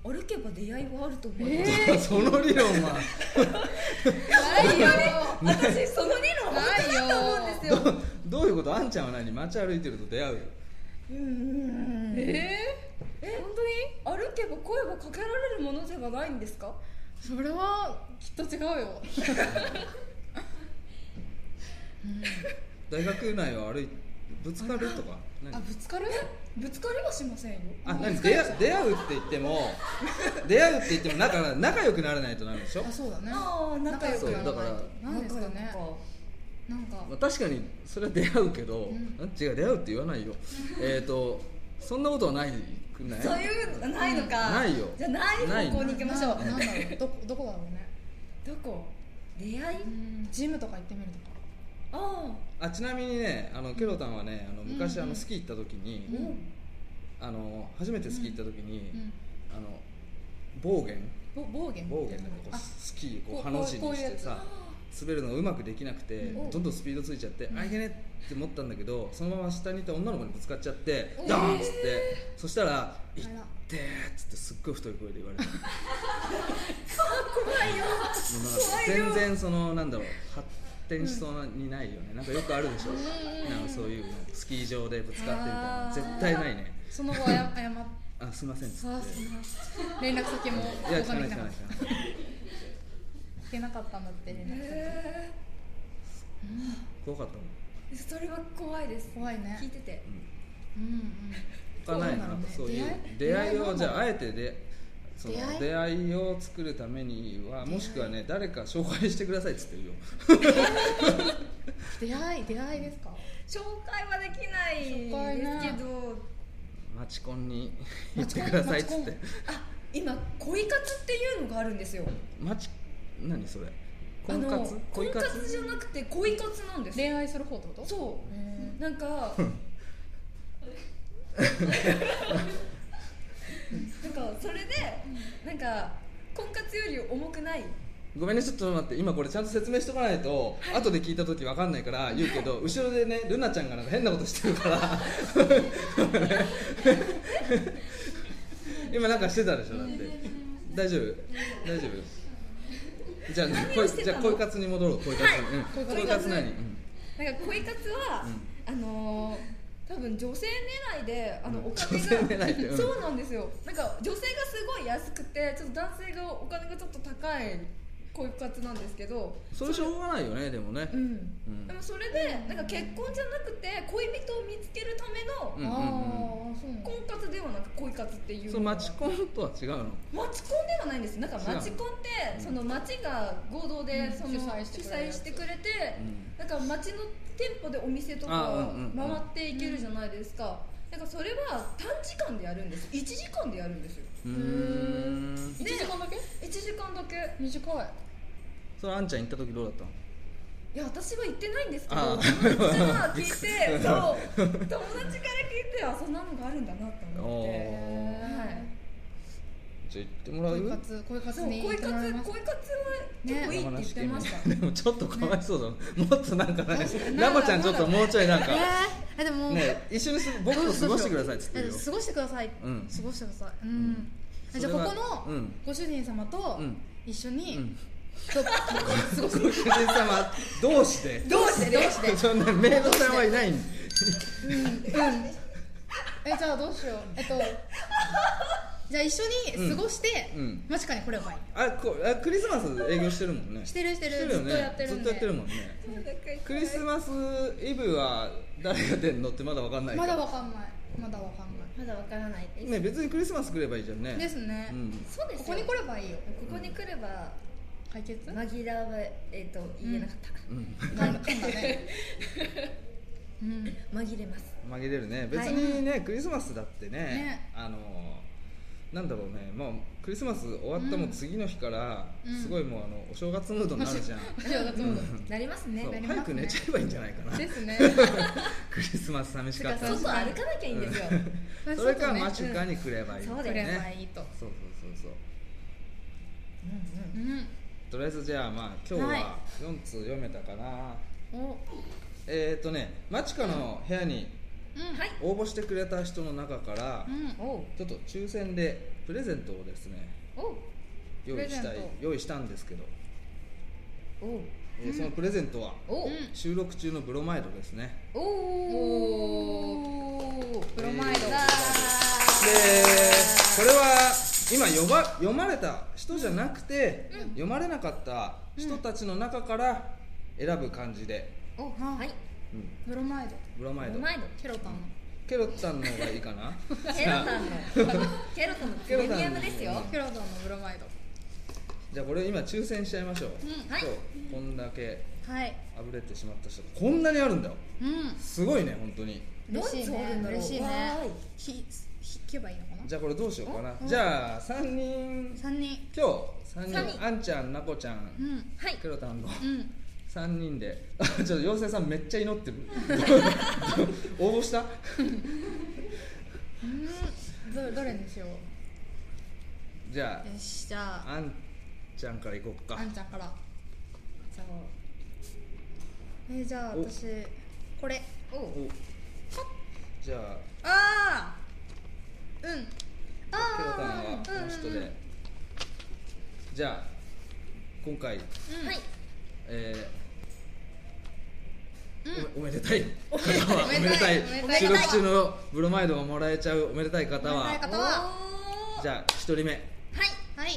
[SPEAKER 1] 歩けば出会いはあると思う、
[SPEAKER 3] え
[SPEAKER 2] その理論は
[SPEAKER 3] ないよ
[SPEAKER 1] 私その理論本当だと思うんですよ
[SPEAKER 2] どどういうことあんちゃんは何街歩いてると出会うよ
[SPEAKER 1] うんうんうん
[SPEAKER 3] え
[SPEAKER 1] え本当に歩けば声はかけられるものではないんですか
[SPEAKER 3] ーそれはきっと違う よ
[SPEAKER 2] 大学内を歩いぶつかるとか何
[SPEAKER 3] あぶつかる
[SPEAKER 1] ぶつかりはしませんよ
[SPEAKER 2] あ何出会出会うって言っても出会うって言ってもだから仲良くならないとなるでしょ
[SPEAKER 3] あ、そうだね
[SPEAKER 1] あー仲良く
[SPEAKER 3] ならないと
[SPEAKER 2] そうだか
[SPEAKER 3] なんですかね
[SPEAKER 1] 仲良くか
[SPEAKER 3] なんか
[SPEAKER 2] まあ、確かにそれは出会うけど、なん、違う出会うって言わないよえっとそんなことはないくない
[SPEAKER 1] そういうのないのか、
[SPEAKER 2] ないよ
[SPEAKER 1] じゃあない方向に行きましょう
[SPEAKER 3] ななんだろうど こどこだろうね
[SPEAKER 1] どこ出会い
[SPEAKER 3] ジムとか行ってみるとか
[SPEAKER 1] あ
[SPEAKER 2] あちなみにねあのケロタンはねあの昔、
[SPEAKER 3] うんうん
[SPEAKER 2] あのスキー行った時に、
[SPEAKER 3] うん
[SPEAKER 2] あの初めてスキー行った時に、
[SPEAKER 3] うん
[SPEAKER 2] あの暴言
[SPEAKER 3] ぼ暴言
[SPEAKER 2] 暴言とかこう
[SPEAKER 3] あ
[SPEAKER 2] スキーをこ
[SPEAKER 3] こ
[SPEAKER 2] う
[SPEAKER 3] う
[SPEAKER 2] ハの字
[SPEAKER 3] こう
[SPEAKER 2] に
[SPEAKER 3] こうい
[SPEAKER 2] し
[SPEAKER 3] うや
[SPEAKER 2] て
[SPEAKER 3] つ
[SPEAKER 2] さ滑るのがうまくできなくて
[SPEAKER 3] うん
[SPEAKER 2] どんどんスピードついちゃってあいけねえって思ったんだけどそのまま下にいた女の子にぶつかっちゃって
[SPEAKER 3] うん
[SPEAKER 2] ダーンっつってそしたら「いっ
[SPEAKER 3] あら
[SPEAKER 2] てー」っつってすっごい太い声で言われた
[SPEAKER 1] 怖い
[SPEAKER 2] もうなんか
[SPEAKER 1] よ
[SPEAKER 2] 全然そのなんだろう発展しそうにないよねなんかよくあるでしょなんかそういうのスキー場でぶつかってみたいな
[SPEAKER 1] あー
[SPEAKER 2] 絶対ないね
[SPEAKER 3] その後あや 謝っ
[SPEAKER 2] あすいませんっつ
[SPEAKER 3] さあ
[SPEAKER 2] っ
[SPEAKER 3] す
[SPEAKER 2] て
[SPEAKER 3] な連絡先も
[SPEAKER 2] いや
[SPEAKER 3] 交
[SPEAKER 2] 聞か
[SPEAKER 3] 換
[SPEAKER 2] ない
[SPEAKER 3] で
[SPEAKER 2] 聞かない聞かない
[SPEAKER 3] きなかった行けなかったんだって連絡先
[SPEAKER 1] え
[SPEAKER 2] 怖かったもん
[SPEAKER 1] ーそれは怖いです
[SPEAKER 3] 怖い
[SPEAKER 1] 聞い
[SPEAKER 3] ね
[SPEAKER 1] てて
[SPEAKER 3] うんうん
[SPEAKER 2] かないな
[SPEAKER 3] そうなんだね
[SPEAKER 2] そういう
[SPEAKER 3] 出
[SPEAKER 2] 出
[SPEAKER 3] 会い
[SPEAKER 2] 会い
[SPEAKER 3] 出会いな
[SPEAKER 2] を
[SPEAKER 3] ん
[SPEAKER 2] じ
[SPEAKER 3] だ
[SPEAKER 2] ゃああえてでその
[SPEAKER 3] 出会い
[SPEAKER 2] 出会いを作るためにはもしくはね誰か紹介してくださいっつってるよ
[SPEAKER 3] 出会い出会いですか
[SPEAKER 1] 紹介はできない
[SPEAKER 3] 紹介ね
[SPEAKER 1] ですけど
[SPEAKER 2] マチコンに行ってくださいっつって
[SPEAKER 1] あ今恋活っていうのがあるんですよ
[SPEAKER 2] マチ何それ
[SPEAKER 1] あ
[SPEAKER 2] 婚
[SPEAKER 1] の
[SPEAKER 2] 活
[SPEAKER 1] 婚
[SPEAKER 2] 恋
[SPEAKER 1] 活
[SPEAKER 2] 活
[SPEAKER 1] じゃなくて恋活なんです
[SPEAKER 3] 恋愛する方ってこと
[SPEAKER 1] そ
[SPEAKER 3] へ
[SPEAKER 1] うなんかなんかそれでなんか婚活より重くない
[SPEAKER 2] ごめんねちょっと待って今これちゃんと説明しとかないと後で聞いた時わかんないから言うけど後ろでねルナちゃんがなんか変なことしてるから今なんかしてたでしょだって大丈夫大丈夫じゃあ、ね、こいじゃあ恋活に戻ろう恋活に、うん
[SPEAKER 3] 恋活
[SPEAKER 2] 恋活何、うん
[SPEAKER 1] なんか恋活は、あのー多分女性狙いであの
[SPEAKER 2] うん
[SPEAKER 1] お金
[SPEAKER 2] 女性
[SPEAKER 1] が、
[SPEAKER 2] 狙いってうん
[SPEAKER 1] そうなんですよなんか女性がすごい安くてちょっと男性がお金がちょっと高い恋活なんですけど
[SPEAKER 2] それしょうがないよねでもね
[SPEAKER 1] う、ん、
[SPEAKER 2] うん
[SPEAKER 1] でもそれでなんか結婚じゃなくて恋人を見つけるための
[SPEAKER 2] うん
[SPEAKER 3] ああそうなんだ
[SPEAKER 1] 婚活ではなく恋活っていう
[SPEAKER 2] そのマチ
[SPEAKER 1] コン
[SPEAKER 2] コンとは違うの
[SPEAKER 1] マチコンではないんですなんか
[SPEAKER 2] 違う
[SPEAKER 1] マチコンってその町が合同
[SPEAKER 3] う
[SPEAKER 1] で
[SPEAKER 3] ん
[SPEAKER 1] その
[SPEAKER 3] 主催し
[SPEAKER 1] 主
[SPEAKER 3] てくれるや
[SPEAKER 1] 催
[SPEAKER 3] つ
[SPEAKER 1] してくれて
[SPEAKER 2] うん
[SPEAKER 1] なんか町の店舗でお店と
[SPEAKER 2] あ
[SPEAKER 1] か
[SPEAKER 2] うんうんうん
[SPEAKER 1] 回っていけるじゃないですかなんかそれは短時間でやるんです1時間でやるんですよ
[SPEAKER 2] うーん
[SPEAKER 3] 1時間だけ
[SPEAKER 1] 1時間だけ
[SPEAKER 3] 短い
[SPEAKER 2] それあんちゃん行った時どうだったの
[SPEAKER 1] いや私は行ってないんですけど
[SPEAKER 2] あ
[SPEAKER 1] 友
[SPEAKER 2] ー
[SPEAKER 1] 達から 聞いてそう友達から聞いてあそんなのがあるんだなって思って
[SPEAKER 2] おー
[SPEAKER 1] はい
[SPEAKER 2] じゃあ行ってもらう
[SPEAKER 3] 恋活恋活
[SPEAKER 1] そう
[SPEAKER 3] に行
[SPEAKER 1] 恋
[SPEAKER 3] って
[SPEAKER 1] 活
[SPEAKER 3] もらい
[SPEAKER 1] 恋
[SPEAKER 3] ま
[SPEAKER 1] 活
[SPEAKER 3] す
[SPEAKER 1] は結構いいって言ってました、
[SPEAKER 2] でもちょっとかわいそうだな、もっとなんかない
[SPEAKER 3] かに
[SPEAKER 2] ナコちゃんちょっともうちょいなんか
[SPEAKER 3] えー、でも
[SPEAKER 2] ね一緒にす僕と過ごしてくださいっつってるよ
[SPEAKER 3] え過ごしてください、
[SPEAKER 2] うん
[SPEAKER 3] 過ごしてくださいうん、
[SPEAKER 2] ん
[SPEAKER 3] えじゃあ
[SPEAKER 2] そ
[SPEAKER 3] こ
[SPEAKER 2] れは
[SPEAKER 3] この
[SPEAKER 2] うん
[SPEAKER 3] ご主人様と
[SPEAKER 2] うん
[SPEAKER 3] 一緒に、
[SPEAKER 2] うん
[SPEAKER 3] と過ごす
[SPEAKER 2] ご主人様同士 で
[SPEAKER 3] どうしてどうして
[SPEAKER 2] そんなメイドさんはいないんで
[SPEAKER 3] うんうんえじゃあどうしようえっとじゃあ一緒に過ごして、
[SPEAKER 2] うんうん
[SPEAKER 3] マチカにこれを買い
[SPEAKER 2] あこあクリスマス営業してるもんね
[SPEAKER 3] してるしてる
[SPEAKER 2] よね
[SPEAKER 3] ずっとやってるん
[SPEAKER 2] ず
[SPEAKER 3] で
[SPEAKER 2] っとやってるもんね
[SPEAKER 1] そうだから
[SPEAKER 2] クリスマスイブは誰が出んのってまだわかんない
[SPEAKER 3] まだ
[SPEAKER 2] わ
[SPEAKER 3] わかんないまだわかんな
[SPEAKER 1] まだわからないです、
[SPEAKER 2] ね別にクリスマス来ればいいじゃんね
[SPEAKER 3] いですね、
[SPEAKER 2] うん
[SPEAKER 1] そうです
[SPEAKER 3] こ
[SPEAKER 1] よ
[SPEAKER 3] こに来ればいいよ
[SPEAKER 1] ここに来れば
[SPEAKER 3] 解決なんだ
[SPEAKER 1] 紛らわえっ、と言えなかった、
[SPEAKER 2] うん、
[SPEAKER 3] ね うん
[SPEAKER 1] 紛れます
[SPEAKER 2] 紛れるね別にね、クリスマスだってね
[SPEAKER 3] ね
[SPEAKER 2] あのなんだろうねもうクリスマス終わったもう次の日から、
[SPEAKER 3] うん
[SPEAKER 2] すごいもうあのお正月ムードになるじゃん、
[SPEAKER 3] じゃあどうぞ
[SPEAKER 1] なります
[SPEAKER 2] そ
[SPEAKER 1] ね
[SPEAKER 2] う
[SPEAKER 3] なりますね
[SPEAKER 2] 早く寝ちゃえばいいんじゃないかな ク
[SPEAKER 3] ですね
[SPEAKER 2] リスマス寂しかった
[SPEAKER 1] 外
[SPEAKER 2] ら
[SPEAKER 1] 歩かなきゃいいんですよ、
[SPEAKER 3] まあ
[SPEAKER 2] それか
[SPEAKER 3] 外ね
[SPEAKER 2] マチュカに来ればいい、ね
[SPEAKER 1] そう
[SPEAKER 3] 来
[SPEAKER 1] だ
[SPEAKER 3] れ
[SPEAKER 1] よ
[SPEAKER 3] ばいいと
[SPEAKER 2] そうそうそうそう
[SPEAKER 1] うん
[SPEAKER 3] うん
[SPEAKER 2] とりあえずじゃあまあ今日
[SPEAKER 3] はい
[SPEAKER 2] は4通読めたかな、
[SPEAKER 3] お
[SPEAKER 2] えっ、ー、とねマチカの部屋に
[SPEAKER 3] うん
[SPEAKER 1] はい
[SPEAKER 2] 応募してくれた人の中から、
[SPEAKER 3] うん
[SPEAKER 1] うん、おう
[SPEAKER 2] ちょっと抽選でプレゼントをですね
[SPEAKER 1] おう
[SPEAKER 2] 用意したい
[SPEAKER 3] プレゼン
[SPEAKER 2] 用意したんですけど、
[SPEAKER 1] おう
[SPEAKER 2] えーそのプレゼントは
[SPEAKER 1] おう
[SPEAKER 3] うん
[SPEAKER 2] 収録中のブロマイドですね
[SPEAKER 1] おお
[SPEAKER 3] プロマイド
[SPEAKER 2] えー
[SPEAKER 3] わ
[SPEAKER 2] でこれは今呼ば読まれた人じゃなくて、読まれなかった人たちの中から選ぶ感じで、
[SPEAKER 1] おはい
[SPEAKER 2] うん
[SPEAKER 3] ブロマイド
[SPEAKER 2] ブロマイ
[SPEAKER 1] ブロ
[SPEAKER 2] ド
[SPEAKER 1] マイド
[SPEAKER 3] ケロタンの
[SPEAKER 2] ケロッタンの方がいいかな
[SPEAKER 1] ケロさんのケロさんのプレミアムですよ
[SPEAKER 3] ケロタンのブロマイド
[SPEAKER 2] じゃあこれ今抽選しちゃいましょう、
[SPEAKER 3] うん
[SPEAKER 1] はい
[SPEAKER 2] そうこんだけ
[SPEAKER 3] はい
[SPEAKER 2] あぶれてしまった人こんなにあるんだよ
[SPEAKER 3] うん
[SPEAKER 2] すごいね本当に
[SPEAKER 1] ど
[SPEAKER 3] 嬉
[SPEAKER 1] っ
[SPEAKER 3] しい
[SPEAKER 1] ちおるん
[SPEAKER 3] ね
[SPEAKER 1] だろう
[SPEAKER 3] 嬉しいね
[SPEAKER 1] わーい
[SPEAKER 3] ひひ引けばいいのかな
[SPEAKER 2] じゃあこれどうしようかなじゃあ3人
[SPEAKER 3] 三人
[SPEAKER 2] 今日3人
[SPEAKER 1] 三人
[SPEAKER 2] あんちゃんなこちゃん、
[SPEAKER 3] うん
[SPEAKER 1] はい
[SPEAKER 2] ケロタンの
[SPEAKER 3] うん
[SPEAKER 2] 3人であちょっと妖精さんめっちゃ 祈ってる応募した
[SPEAKER 3] うんどどれにしよう
[SPEAKER 2] じゃ
[SPEAKER 3] よしじゃ
[SPEAKER 2] ああんちゃんからいこっ
[SPEAKER 3] あ
[SPEAKER 2] か
[SPEAKER 3] あんちゃんから
[SPEAKER 1] じゃあ
[SPEAKER 3] えーじゃあ
[SPEAKER 2] お
[SPEAKER 3] 私これ
[SPEAKER 1] おう
[SPEAKER 2] おじゃあ
[SPEAKER 3] ああうん
[SPEAKER 2] ケロタンはこの人
[SPEAKER 3] うんうんうん
[SPEAKER 2] でじゃあ今回、
[SPEAKER 1] はい
[SPEAKER 2] えーおめおめでたい方は
[SPEAKER 3] おめでたいおめでたい
[SPEAKER 2] 収録中のブロマイドがもらえちゃうおめでたい方
[SPEAKER 3] おめ
[SPEAKER 2] は
[SPEAKER 3] でたい方
[SPEAKER 1] お
[SPEAKER 3] は
[SPEAKER 1] ー
[SPEAKER 2] じゃあ1人目
[SPEAKER 1] はい
[SPEAKER 3] はい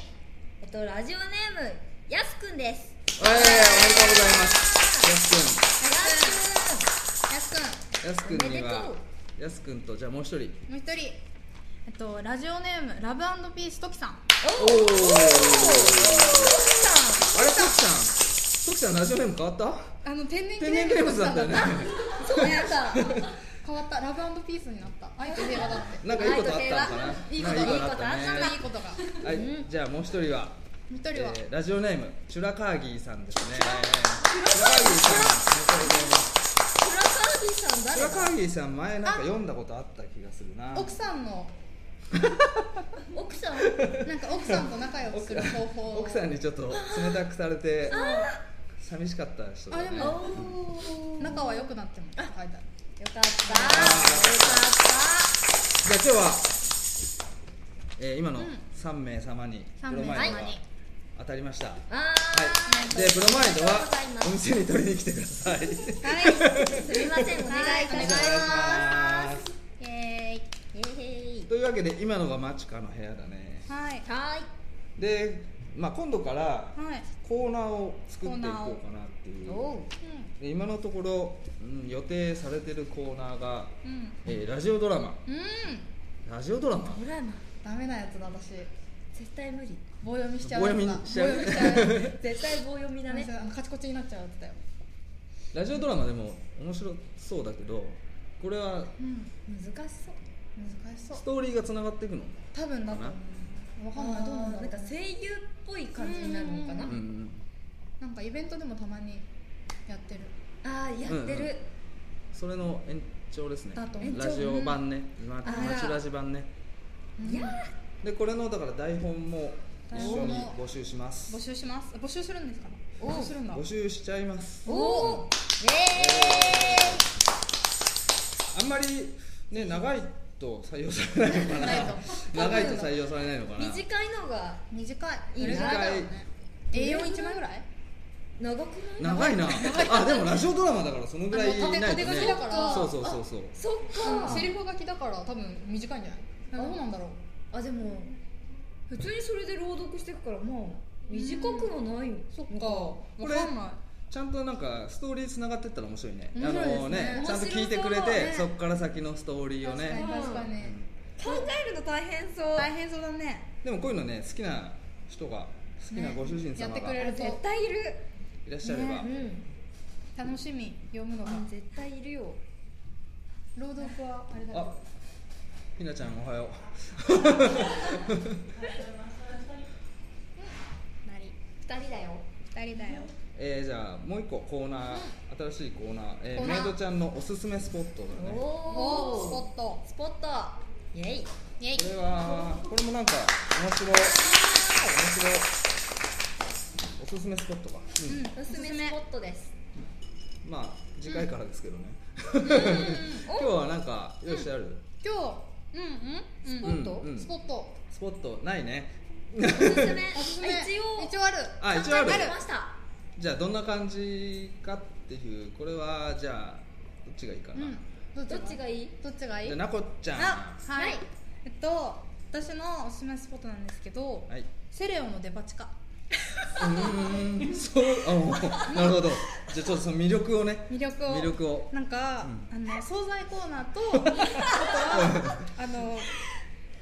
[SPEAKER 1] えっとラジオネームやすくんです
[SPEAKER 2] えー、おめでとうございます。やす
[SPEAKER 1] やす
[SPEAKER 3] やすく
[SPEAKER 2] くん、やすくんに
[SPEAKER 1] おめ
[SPEAKER 2] は
[SPEAKER 1] でと、
[SPEAKER 2] やすくんとじゃあもう一人。
[SPEAKER 3] んもう一人えっとラジオネームラブピーストキさん
[SPEAKER 2] おお。あれ、ときさん、ときさんラジオネーム変わった？
[SPEAKER 3] あの天然記
[SPEAKER 2] 天
[SPEAKER 3] 念
[SPEAKER 2] 然
[SPEAKER 3] 日
[SPEAKER 2] 記
[SPEAKER 3] の
[SPEAKER 2] 念物だ
[SPEAKER 3] トキさ
[SPEAKER 2] っ
[SPEAKER 3] ん
[SPEAKER 2] た
[SPEAKER 3] だ
[SPEAKER 2] よね。
[SPEAKER 3] った
[SPEAKER 1] くんそうやった
[SPEAKER 3] 変わったラブピースになった愛と平和だって
[SPEAKER 2] なんかいいことあったのかな。
[SPEAKER 3] いいこ
[SPEAKER 2] な
[SPEAKER 3] と
[SPEAKER 2] ん
[SPEAKER 3] いい
[SPEAKER 2] か
[SPEAKER 3] こ
[SPEAKER 2] いいこと
[SPEAKER 3] とあっ
[SPEAKER 2] あ
[SPEAKER 3] た
[SPEAKER 2] っ
[SPEAKER 3] ん
[SPEAKER 2] た
[SPEAKER 3] だ
[SPEAKER 2] ね
[SPEAKER 3] いいことがも
[SPEAKER 2] はい、じゃあもう一人は、
[SPEAKER 3] う一
[SPEAKER 2] え
[SPEAKER 3] 人は
[SPEAKER 2] ーラジオネームチュラカーギーさんですね。チュラカーギーさん、おめでとうございます。
[SPEAKER 1] プラカービーさん
[SPEAKER 2] チ
[SPEAKER 1] 誰
[SPEAKER 2] ュラ
[SPEAKER 1] だ
[SPEAKER 2] カーギーさん前なんか読んだことあった気がするな。
[SPEAKER 3] 奥さんの
[SPEAKER 1] 奥さん
[SPEAKER 3] なんか奥さんと仲良くする方法を
[SPEAKER 2] 奥さんにちょっと冷たくされて寂しかった人だね。
[SPEAKER 3] あで
[SPEAKER 1] お
[SPEAKER 3] も
[SPEAKER 1] およ
[SPEAKER 3] 仲は良くなっても書いてある
[SPEAKER 1] かった
[SPEAKER 2] じゃあ今日は、えー今の3名様に
[SPEAKER 3] 三
[SPEAKER 2] ブロ
[SPEAKER 3] 名様
[SPEAKER 2] マイ
[SPEAKER 3] に
[SPEAKER 2] ドが当たりました、は
[SPEAKER 1] よかったわ
[SPEAKER 2] い、でブロマイドは
[SPEAKER 1] ありがと
[SPEAKER 2] お
[SPEAKER 1] うご
[SPEAKER 2] 店に取りに来てくださいお願い
[SPEAKER 1] は
[SPEAKER 2] し
[SPEAKER 1] いすみませんお願いいたします
[SPEAKER 2] ます
[SPEAKER 3] イエー
[SPEAKER 1] イ
[SPEAKER 3] イ
[SPEAKER 1] エーイ
[SPEAKER 2] というわけで今のがマチカの部屋だね
[SPEAKER 3] はい
[SPEAKER 1] はーい
[SPEAKER 2] で、まあ、今度から
[SPEAKER 3] はい
[SPEAKER 2] コーナーを作っていこうかなっていう
[SPEAKER 1] おう
[SPEAKER 2] で今のところ、うん、予定されてるコーナーが、
[SPEAKER 3] うんうん
[SPEAKER 2] えーラジオドラマ
[SPEAKER 3] うん
[SPEAKER 2] ラジオドラマ
[SPEAKER 1] ドラマ
[SPEAKER 3] ダメなやつだ私
[SPEAKER 1] 絶対無理
[SPEAKER 3] 棒読みしちゃうやつだ
[SPEAKER 2] 棒読みしちゃう
[SPEAKER 3] 棒読みしちゃうや
[SPEAKER 1] 絶対棒読みだ
[SPEAKER 3] つ
[SPEAKER 1] ね
[SPEAKER 3] あのカチコ チになっちゃうやつだよ
[SPEAKER 2] ラジオドラマでも面白そうだけどこれは
[SPEAKER 3] うん
[SPEAKER 1] 難しそう
[SPEAKER 3] 難しそう
[SPEAKER 2] ストーリーがつながっていくの
[SPEAKER 3] 多分だと思うわかんないどうなんだ
[SPEAKER 1] あー
[SPEAKER 3] ろ
[SPEAKER 1] なんか
[SPEAKER 3] う
[SPEAKER 1] 声優っぽい感じになるのかな
[SPEAKER 2] うんうん
[SPEAKER 3] なんかイベントでもたまにやってる
[SPEAKER 1] あーやってる、
[SPEAKER 2] それの延長ですね
[SPEAKER 3] だと
[SPEAKER 1] 思う
[SPEAKER 2] ラジオ版ね今
[SPEAKER 1] あら
[SPEAKER 2] 町ラジ版ね
[SPEAKER 1] いや
[SPEAKER 2] でこれのだから台本も一
[SPEAKER 3] 台
[SPEAKER 2] 緒
[SPEAKER 3] 本も
[SPEAKER 2] に募集します
[SPEAKER 3] 募集します募集するんですかね
[SPEAKER 1] お
[SPEAKER 3] 募集するんだ
[SPEAKER 2] 募集しちゃいます
[SPEAKER 1] ーおおイエ
[SPEAKER 2] あんまりね長いと採用されないのかな
[SPEAKER 3] ないと
[SPEAKER 2] 長いと採用されないのか
[SPEAKER 1] ー
[SPEAKER 2] な
[SPEAKER 1] イ短いのが
[SPEAKER 3] 短い
[SPEAKER 1] いいな
[SPEAKER 3] どれぐらだろうね A41 枚ぐらい
[SPEAKER 1] 長くない
[SPEAKER 2] 長いなあでもラジオドラマだからそのぐらい
[SPEAKER 3] あの
[SPEAKER 2] ない
[SPEAKER 3] 縦
[SPEAKER 2] とね
[SPEAKER 3] 縦書きだから
[SPEAKER 2] そうそうそうそう
[SPEAKER 1] そっか
[SPEAKER 3] セリフ書きだから多分短いんじゃないどうなんだろう
[SPEAKER 1] あでも普通にそれで朗読していくからまあ短くはないよ
[SPEAKER 3] そっか
[SPEAKER 1] なんか
[SPEAKER 3] わかんない
[SPEAKER 2] ちゃんとなんかストーリーつながってったら面白いね
[SPEAKER 3] 面白い
[SPEAKER 2] あ
[SPEAKER 3] ですね
[SPEAKER 2] のねちゃんと聞いてくれて
[SPEAKER 1] 面白そうね
[SPEAKER 2] そっから先のストーリーを
[SPEAKER 3] 確かに
[SPEAKER 2] ね
[SPEAKER 3] 確かに
[SPEAKER 1] 考えるの大変そう
[SPEAKER 3] 大変そうだね
[SPEAKER 2] でもこういうのね好きな人が好きなご主人
[SPEAKER 3] やっ
[SPEAKER 2] 様
[SPEAKER 3] て
[SPEAKER 2] が
[SPEAKER 3] くれ
[SPEAKER 2] い
[SPEAKER 3] ると
[SPEAKER 1] 絶対いる
[SPEAKER 2] らっしゃれば、
[SPEAKER 3] 楽しみ読むのが
[SPEAKER 1] うん絶対いるよ
[SPEAKER 3] 朗読はあれだけ
[SPEAKER 2] あ
[SPEAKER 3] ど
[SPEAKER 2] ひなちゃんおはよう
[SPEAKER 1] 二人だよ
[SPEAKER 3] 二人だよ
[SPEAKER 2] えー、じゃあもう一個コーナー新しいコーナー,、えー
[SPEAKER 3] コーナ
[SPEAKER 2] メイ
[SPEAKER 3] ー
[SPEAKER 2] ドちゃんのおすすめスポットだねこ
[SPEAKER 3] おスポ
[SPEAKER 1] お
[SPEAKER 3] ット
[SPEAKER 1] スポットイエイ
[SPEAKER 3] イエイ
[SPEAKER 2] れはこれもなんか面白い面白いおすすめスポットか、うん
[SPEAKER 1] おすすめ
[SPEAKER 3] おすすめ
[SPEAKER 1] スポットです
[SPEAKER 2] まあ次回からですけどね、 今日はなんか用意してある、
[SPEAKER 3] 今日うんうん
[SPEAKER 2] ポット
[SPEAKER 3] うんスポット
[SPEAKER 2] スポットないね
[SPEAKER 1] おすすめ
[SPEAKER 3] おすすめ
[SPEAKER 1] 一応
[SPEAKER 3] 一応ある
[SPEAKER 2] あ一応ある
[SPEAKER 1] 考えてました
[SPEAKER 2] じゃあどんな感じかっていうこれはじゃあどっちがいいかな、
[SPEAKER 3] うん
[SPEAKER 1] どっちがいい
[SPEAKER 3] どっちがい
[SPEAKER 2] じゃあ
[SPEAKER 3] い
[SPEAKER 2] なこちゃん
[SPEAKER 3] あはい、
[SPEAKER 1] はい
[SPEAKER 3] えっと私のおすすめスポットなんですけど、
[SPEAKER 2] はい
[SPEAKER 3] セレオのデパ地下
[SPEAKER 2] うーんそうあおなるほどじゃあちょっとその魅力をね
[SPEAKER 3] 魅力を
[SPEAKER 2] 魅力を
[SPEAKER 3] なんか、あの惣菜コ ーナーとあとはあの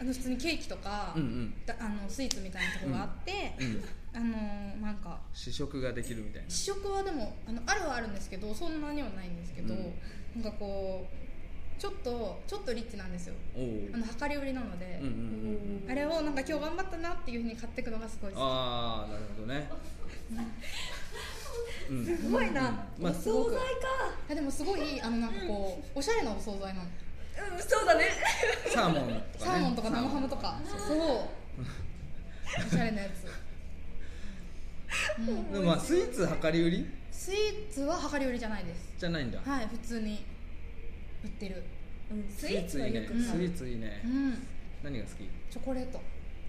[SPEAKER 3] あの普通にケーキとか、
[SPEAKER 2] うんうん
[SPEAKER 3] だあのスイーツみたいなところがあって、
[SPEAKER 2] うん
[SPEAKER 3] あのなんか
[SPEAKER 2] 試食ができるみたいな
[SPEAKER 3] 試食はでもあのあるはあるんですけどそんなにはないんですけど、
[SPEAKER 2] うん
[SPEAKER 3] なんかこうちょっとちょっとリッチなんですよ
[SPEAKER 2] おお
[SPEAKER 3] あの量り売りなので、
[SPEAKER 2] うんうんうん
[SPEAKER 3] あれをなんか今日頑張ったなっていうふうに買っていくのがすごい好き
[SPEAKER 2] ああなるほど ね、うん、
[SPEAKER 1] すごいな、
[SPEAKER 2] うんまあ
[SPEAKER 1] お惣菜か
[SPEAKER 3] あでもすごいあのなんかこう、おしゃれなお惣菜なの
[SPEAKER 1] うんそうだね
[SPEAKER 2] サーモンとか、ね、
[SPEAKER 3] サーモンとか生ハムとかそうおしゃれなやつ
[SPEAKER 2] でもまあスイーツ量り売り
[SPEAKER 3] スイーツは量り売りじゃないです
[SPEAKER 2] じゃないんだ、
[SPEAKER 3] はい普通に売ってる
[SPEAKER 1] うんスイーツは
[SPEAKER 2] スイ
[SPEAKER 1] よ
[SPEAKER 2] ー
[SPEAKER 1] く
[SPEAKER 2] ツいいねスイーツいいね、
[SPEAKER 3] うん
[SPEAKER 2] 何が好き
[SPEAKER 3] チョコレート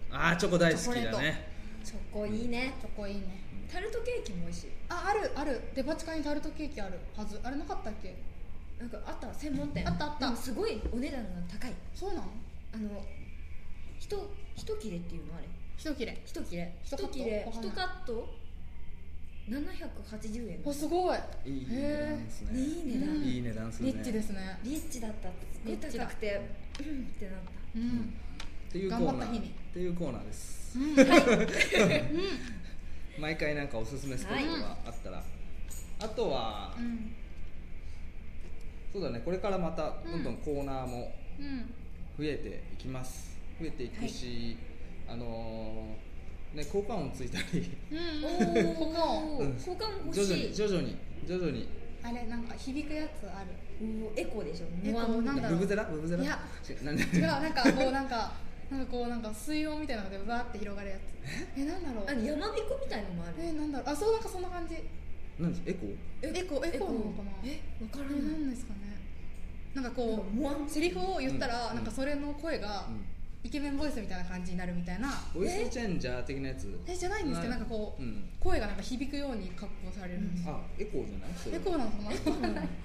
[SPEAKER 2] ああチョコ大好き
[SPEAKER 3] チ
[SPEAKER 2] だ
[SPEAKER 3] ョコレー
[SPEAKER 2] ね
[SPEAKER 1] チョコいいね
[SPEAKER 3] チョコいいね
[SPEAKER 1] タルトケーキも美味しい
[SPEAKER 3] ああるあるデパ地下にタルトケーキあるはずあれなかったっけ
[SPEAKER 1] なんかあった専門店
[SPEAKER 3] あったあった
[SPEAKER 1] でもすごいお値段が高い
[SPEAKER 3] そうなの
[SPEAKER 1] あのひとひと切れっていうのあれ
[SPEAKER 3] 一切れ
[SPEAKER 1] ひと切れ
[SPEAKER 3] ひとカット
[SPEAKER 1] 切れ
[SPEAKER 3] わかん
[SPEAKER 1] ひ
[SPEAKER 3] ない
[SPEAKER 1] とカット780円
[SPEAKER 3] おすごい
[SPEAKER 2] いい値
[SPEAKER 3] へ
[SPEAKER 2] 段です
[SPEAKER 1] ね
[SPEAKER 2] ね、
[SPEAKER 1] いい値段、
[SPEAKER 3] うん
[SPEAKER 2] いい値段するね
[SPEAKER 3] リッチですね
[SPEAKER 1] リッチだったすごい高くてうんってなっ
[SPEAKER 3] う
[SPEAKER 2] うん
[SPEAKER 3] ん、
[SPEAKER 2] っていうコーナー
[SPEAKER 3] 頑張った日に
[SPEAKER 2] っていうコーナーです
[SPEAKER 3] うん、
[SPEAKER 2] 毎回なんかおすすめスポットがあったら、あとは、
[SPEAKER 3] うん
[SPEAKER 2] そうだねこれからまたどんどんコーナーも
[SPEAKER 3] うん
[SPEAKER 2] 増えていきます増えていくし、あのーね効果音ついたり
[SPEAKER 3] うん
[SPEAKER 1] た
[SPEAKER 3] うんここ
[SPEAKER 1] お
[SPEAKER 2] う
[SPEAKER 1] お
[SPEAKER 2] ん
[SPEAKER 1] 交換も
[SPEAKER 2] 徐
[SPEAKER 1] 欲
[SPEAKER 2] 々
[SPEAKER 1] し
[SPEAKER 2] に
[SPEAKER 1] い
[SPEAKER 2] 徐々に徐々に
[SPEAKER 3] あれなんか響くやつある
[SPEAKER 1] おおエコーでしょ
[SPEAKER 3] エコー
[SPEAKER 1] ノアノ
[SPEAKER 3] なんだろう
[SPEAKER 2] ブブゼラブブゼラ
[SPEAKER 3] いや
[SPEAKER 2] 違うなんで
[SPEAKER 3] 違うなんかこうなんかなんかこうなんか水温みたいなのでわーって広がるやつえなんだろ
[SPEAKER 1] あ
[SPEAKER 3] う
[SPEAKER 1] の山びこみたいのもある
[SPEAKER 3] えなんだろうあそうなんかそんな感じ
[SPEAKER 2] 何エコー
[SPEAKER 3] エコエコなのかな
[SPEAKER 1] えわから
[SPEAKER 3] あれな
[SPEAKER 1] ない
[SPEAKER 3] んですかねなんかこ
[SPEAKER 1] もわん
[SPEAKER 3] うセリフを言ったら、
[SPEAKER 2] うん
[SPEAKER 3] なんかそれの声が、
[SPEAKER 2] うん
[SPEAKER 3] イケメンボイスみたいな感じになるみたいな
[SPEAKER 2] ボイスチェンジャー的なやつ
[SPEAKER 3] えじゃないんですけどなんかこう、
[SPEAKER 2] うん
[SPEAKER 3] 声がなんか響くように加工されるんですよ、
[SPEAKER 2] あエコーじゃないそれ
[SPEAKER 3] エコーなのかなエコ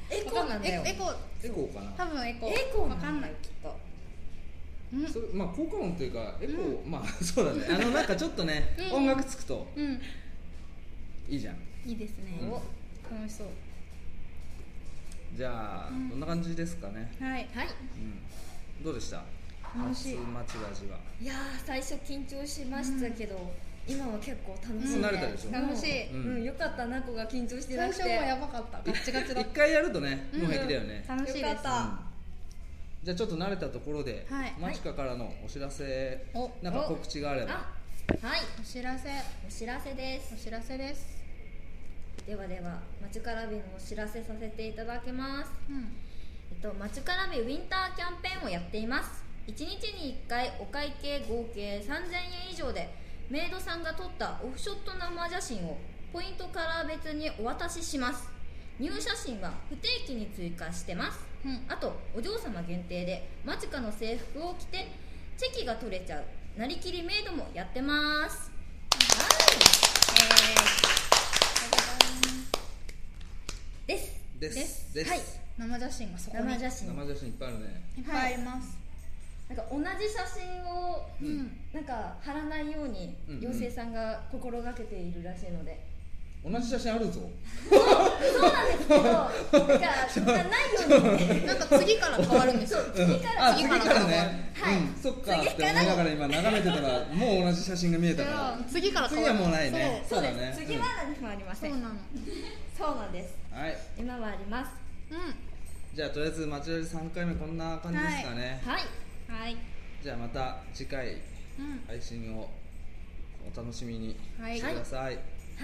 [SPEAKER 1] エコーなんだよ
[SPEAKER 3] エコー
[SPEAKER 2] エコーか
[SPEAKER 3] 多
[SPEAKER 2] な
[SPEAKER 3] 分エコー
[SPEAKER 1] エコー
[SPEAKER 3] わかんない
[SPEAKER 1] きっと
[SPEAKER 3] うん
[SPEAKER 2] それまあ効果音というかエコー、まあ そうだねあのなんかちょっとね、音楽つくと
[SPEAKER 3] うん
[SPEAKER 2] いいじゃん
[SPEAKER 3] いいですね、
[SPEAKER 2] うん
[SPEAKER 3] 楽しそう
[SPEAKER 2] じゃあ、
[SPEAKER 3] ん
[SPEAKER 2] どんな感じですかね、
[SPEAKER 3] はい
[SPEAKER 1] はい
[SPEAKER 2] うん、どうでした
[SPEAKER 3] 楽しい
[SPEAKER 2] 初町ラジはい
[SPEAKER 1] やー最初緊張しましたけど、今は結構楽しい、ね、
[SPEAKER 2] もう慣れたでしょ
[SPEAKER 3] 楽しい
[SPEAKER 1] うん、うんよかったなこが緊張して
[SPEAKER 3] 最
[SPEAKER 1] なく
[SPEAKER 3] 初
[SPEAKER 1] て
[SPEAKER 3] もやばかったガッチガチだっ
[SPEAKER 2] 一回やるとね
[SPEAKER 3] うん
[SPEAKER 2] もう平気だよね、
[SPEAKER 3] た楽しいです
[SPEAKER 1] よかった
[SPEAKER 2] うんじゃあちょっと慣れたところで、
[SPEAKER 3] はい
[SPEAKER 2] マチカからのお知らせ、
[SPEAKER 3] お
[SPEAKER 2] なんか告知があれば
[SPEAKER 1] あはい
[SPEAKER 3] お知らせ
[SPEAKER 1] お知らせです
[SPEAKER 3] お知らせです
[SPEAKER 1] ではではマチュカラビのお知らせさせていただきます
[SPEAKER 3] うん
[SPEAKER 1] えっと、マチュカラビウィンターキャンペーンをやっています1日に1回お会計合計3000円以上でメイドさんが撮ったオフショット生写真をポイントカラー別にお渡しします入写真は不定期に追加してます
[SPEAKER 3] うん
[SPEAKER 1] あとお嬢様限定でマチュカの制服を着てチェキが取れちゃうなりきりメイドもやってますはい、えーです
[SPEAKER 2] です
[SPEAKER 1] です
[SPEAKER 2] です
[SPEAKER 1] はい
[SPEAKER 3] 生写真がそこに
[SPEAKER 1] 生
[SPEAKER 3] いっ
[SPEAKER 1] 写真
[SPEAKER 2] 生写真いっぱいあるね
[SPEAKER 3] ぱいあります、
[SPEAKER 1] なんか同じ写真を
[SPEAKER 2] う
[SPEAKER 3] うんん
[SPEAKER 1] なんか貼らないように
[SPEAKER 2] うんうん
[SPEAKER 1] 妖精さんが心がけているらしいので、
[SPEAKER 2] 同じ写真あるぞ
[SPEAKER 1] そうなんですけどなんかなないように
[SPEAKER 3] なんか次から変わるん ですよ
[SPEAKER 1] 次から
[SPEAKER 2] あ次からね、
[SPEAKER 1] はい
[SPEAKER 2] うん、そっか
[SPEAKER 1] 次
[SPEAKER 2] って
[SPEAKER 1] から
[SPEAKER 2] 思いながら今眺めてたらもう同じ写真が見えたから
[SPEAKER 3] 次から変
[SPEAKER 2] 次
[SPEAKER 3] わ
[SPEAKER 2] は
[SPEAKER 3] る
[SPEAKER 2] もうないね
[SPEAKER 1] そう
[SPEAKER 2] だ
[SPEAKER 1] で
[SPEAKER 2] ね
[SPEAKER 1] す、次は何もありま
[SPEAKER 3] そ
[SPEAKER 1] せ、
[SPEAKER 3] うんそうなの
[SPEAKER 1] そうなんです
[SPEAKER 2] うんはい
[SPEAKER 1] 今はあります
[SPEAKER 3] う
[SPEAKER 2] じゃあとりあえず町ラジ3回目こんな感じですかね、
[SPEAKER 1] はい
[SPEAKER 3] はい
[SPEAKER 2] じゃあまた次回
[SPEAKER 3] うん
[SPEAKER 2] 配信をお楽しみに
[SPEAKER 3] はい
[SPEAKER 2] してください、
[SPEAKER 1] は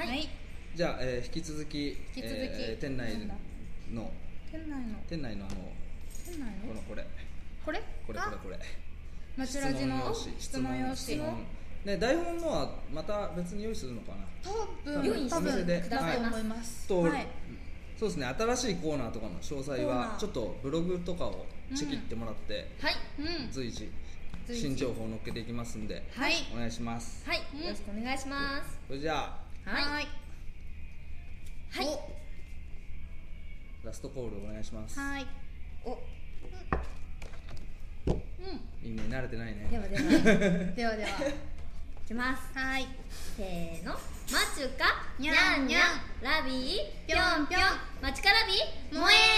[SPEAKER 1] い、
[SPEAKER 3] はい
[SPEAKER 2] じゃあ、えー引き続き
[SPEAKER 3] き続き
[SPEAKER 2] えー店内
[SPEAKER 3] なんだ
[SPEAKER 2] の
[SPEAKER 3] 店内の
[SPEAKER 2] 店内のあの
[SPEAKER 3] 店内
[SPEAKER 2] こ
[SPEAKER 3] の
[SPEAKER 2] のこれ
[SPEAKER 3] これ
[SPEAKER 2] これこれ
[SPEAKER 3] あ
[SPEAKER 2] これ
[SPEAKER 3] マチュラジの
[SPEAKER 2] 質
[SPEAKER 3] 質
[SPEAKER 2] 問
[SPEAKER 3] 問
[SPEAKER 2] 用
[SPEAKER 3] 用
[SPEAKER 2] 紙質
[SPEAKER 3] 紙
[SPEAKER 2] 問ね台本のはまた別に用意するのかな
[SPEAKER 3] 多
[SPEAKER 2] 用
[SPEAKER 3] 分
[SPEAKER 2] 意
[SPEAKER 3] 多
[SPEAKER 2] お店
[SPEAKER 3] 分
[SPEAKER 2] で
[SPEAKER 3] だと思います
[SPEAKER 2] と、
[SPEAKER 3] はい
[SPEAKER 2] そうですね新しいコーナーとかの詳細
[SPEAKER 3] コーナ
[SPEAKER 2] は
[SPEAKER 3] ー
[SPEAKER 2] ちょっとブログとかをチェキってもらって、
[SPEAKER 1] はい
[SPEAKER 3] うん
[SPEAKER 2] 随時
[SPEAKER 3] 随時
[SPEAKER 2] 新情報を載っけていきますんで
[SPEAKER 3] はい
[SPEAKER 2] お願いします
[SPEAKER 1] はい、よろしくお願いします
[SPEAKER 2] それじゃあ
[SPEAKER 1] はい
[SPEAKER 3] はい
[SPEAKER 1] はい
[SPEAKER 2] ラストコールお願いします
[SPEAKER 3] はい
[SPEAKER 1] お
[SPEAKER 3] う
[SPEAKER 2] いいね慣れてない
[SPEAKER 1] で
[SPEAKER 2] ね
[SPEAKER 1] はではい
[SPEAKER 3] んではでは
[SPEAKER 1] きます
[SPEAKER 3] はい
[SPEAKER 1] せーのマチュカ
[SPEAKER 3] にゃんにゃん
[SPEAKER 1] ラビー
[SPEAKER 3] ぴょんぴょん
[SPEAKER 1] マチカラビー萌え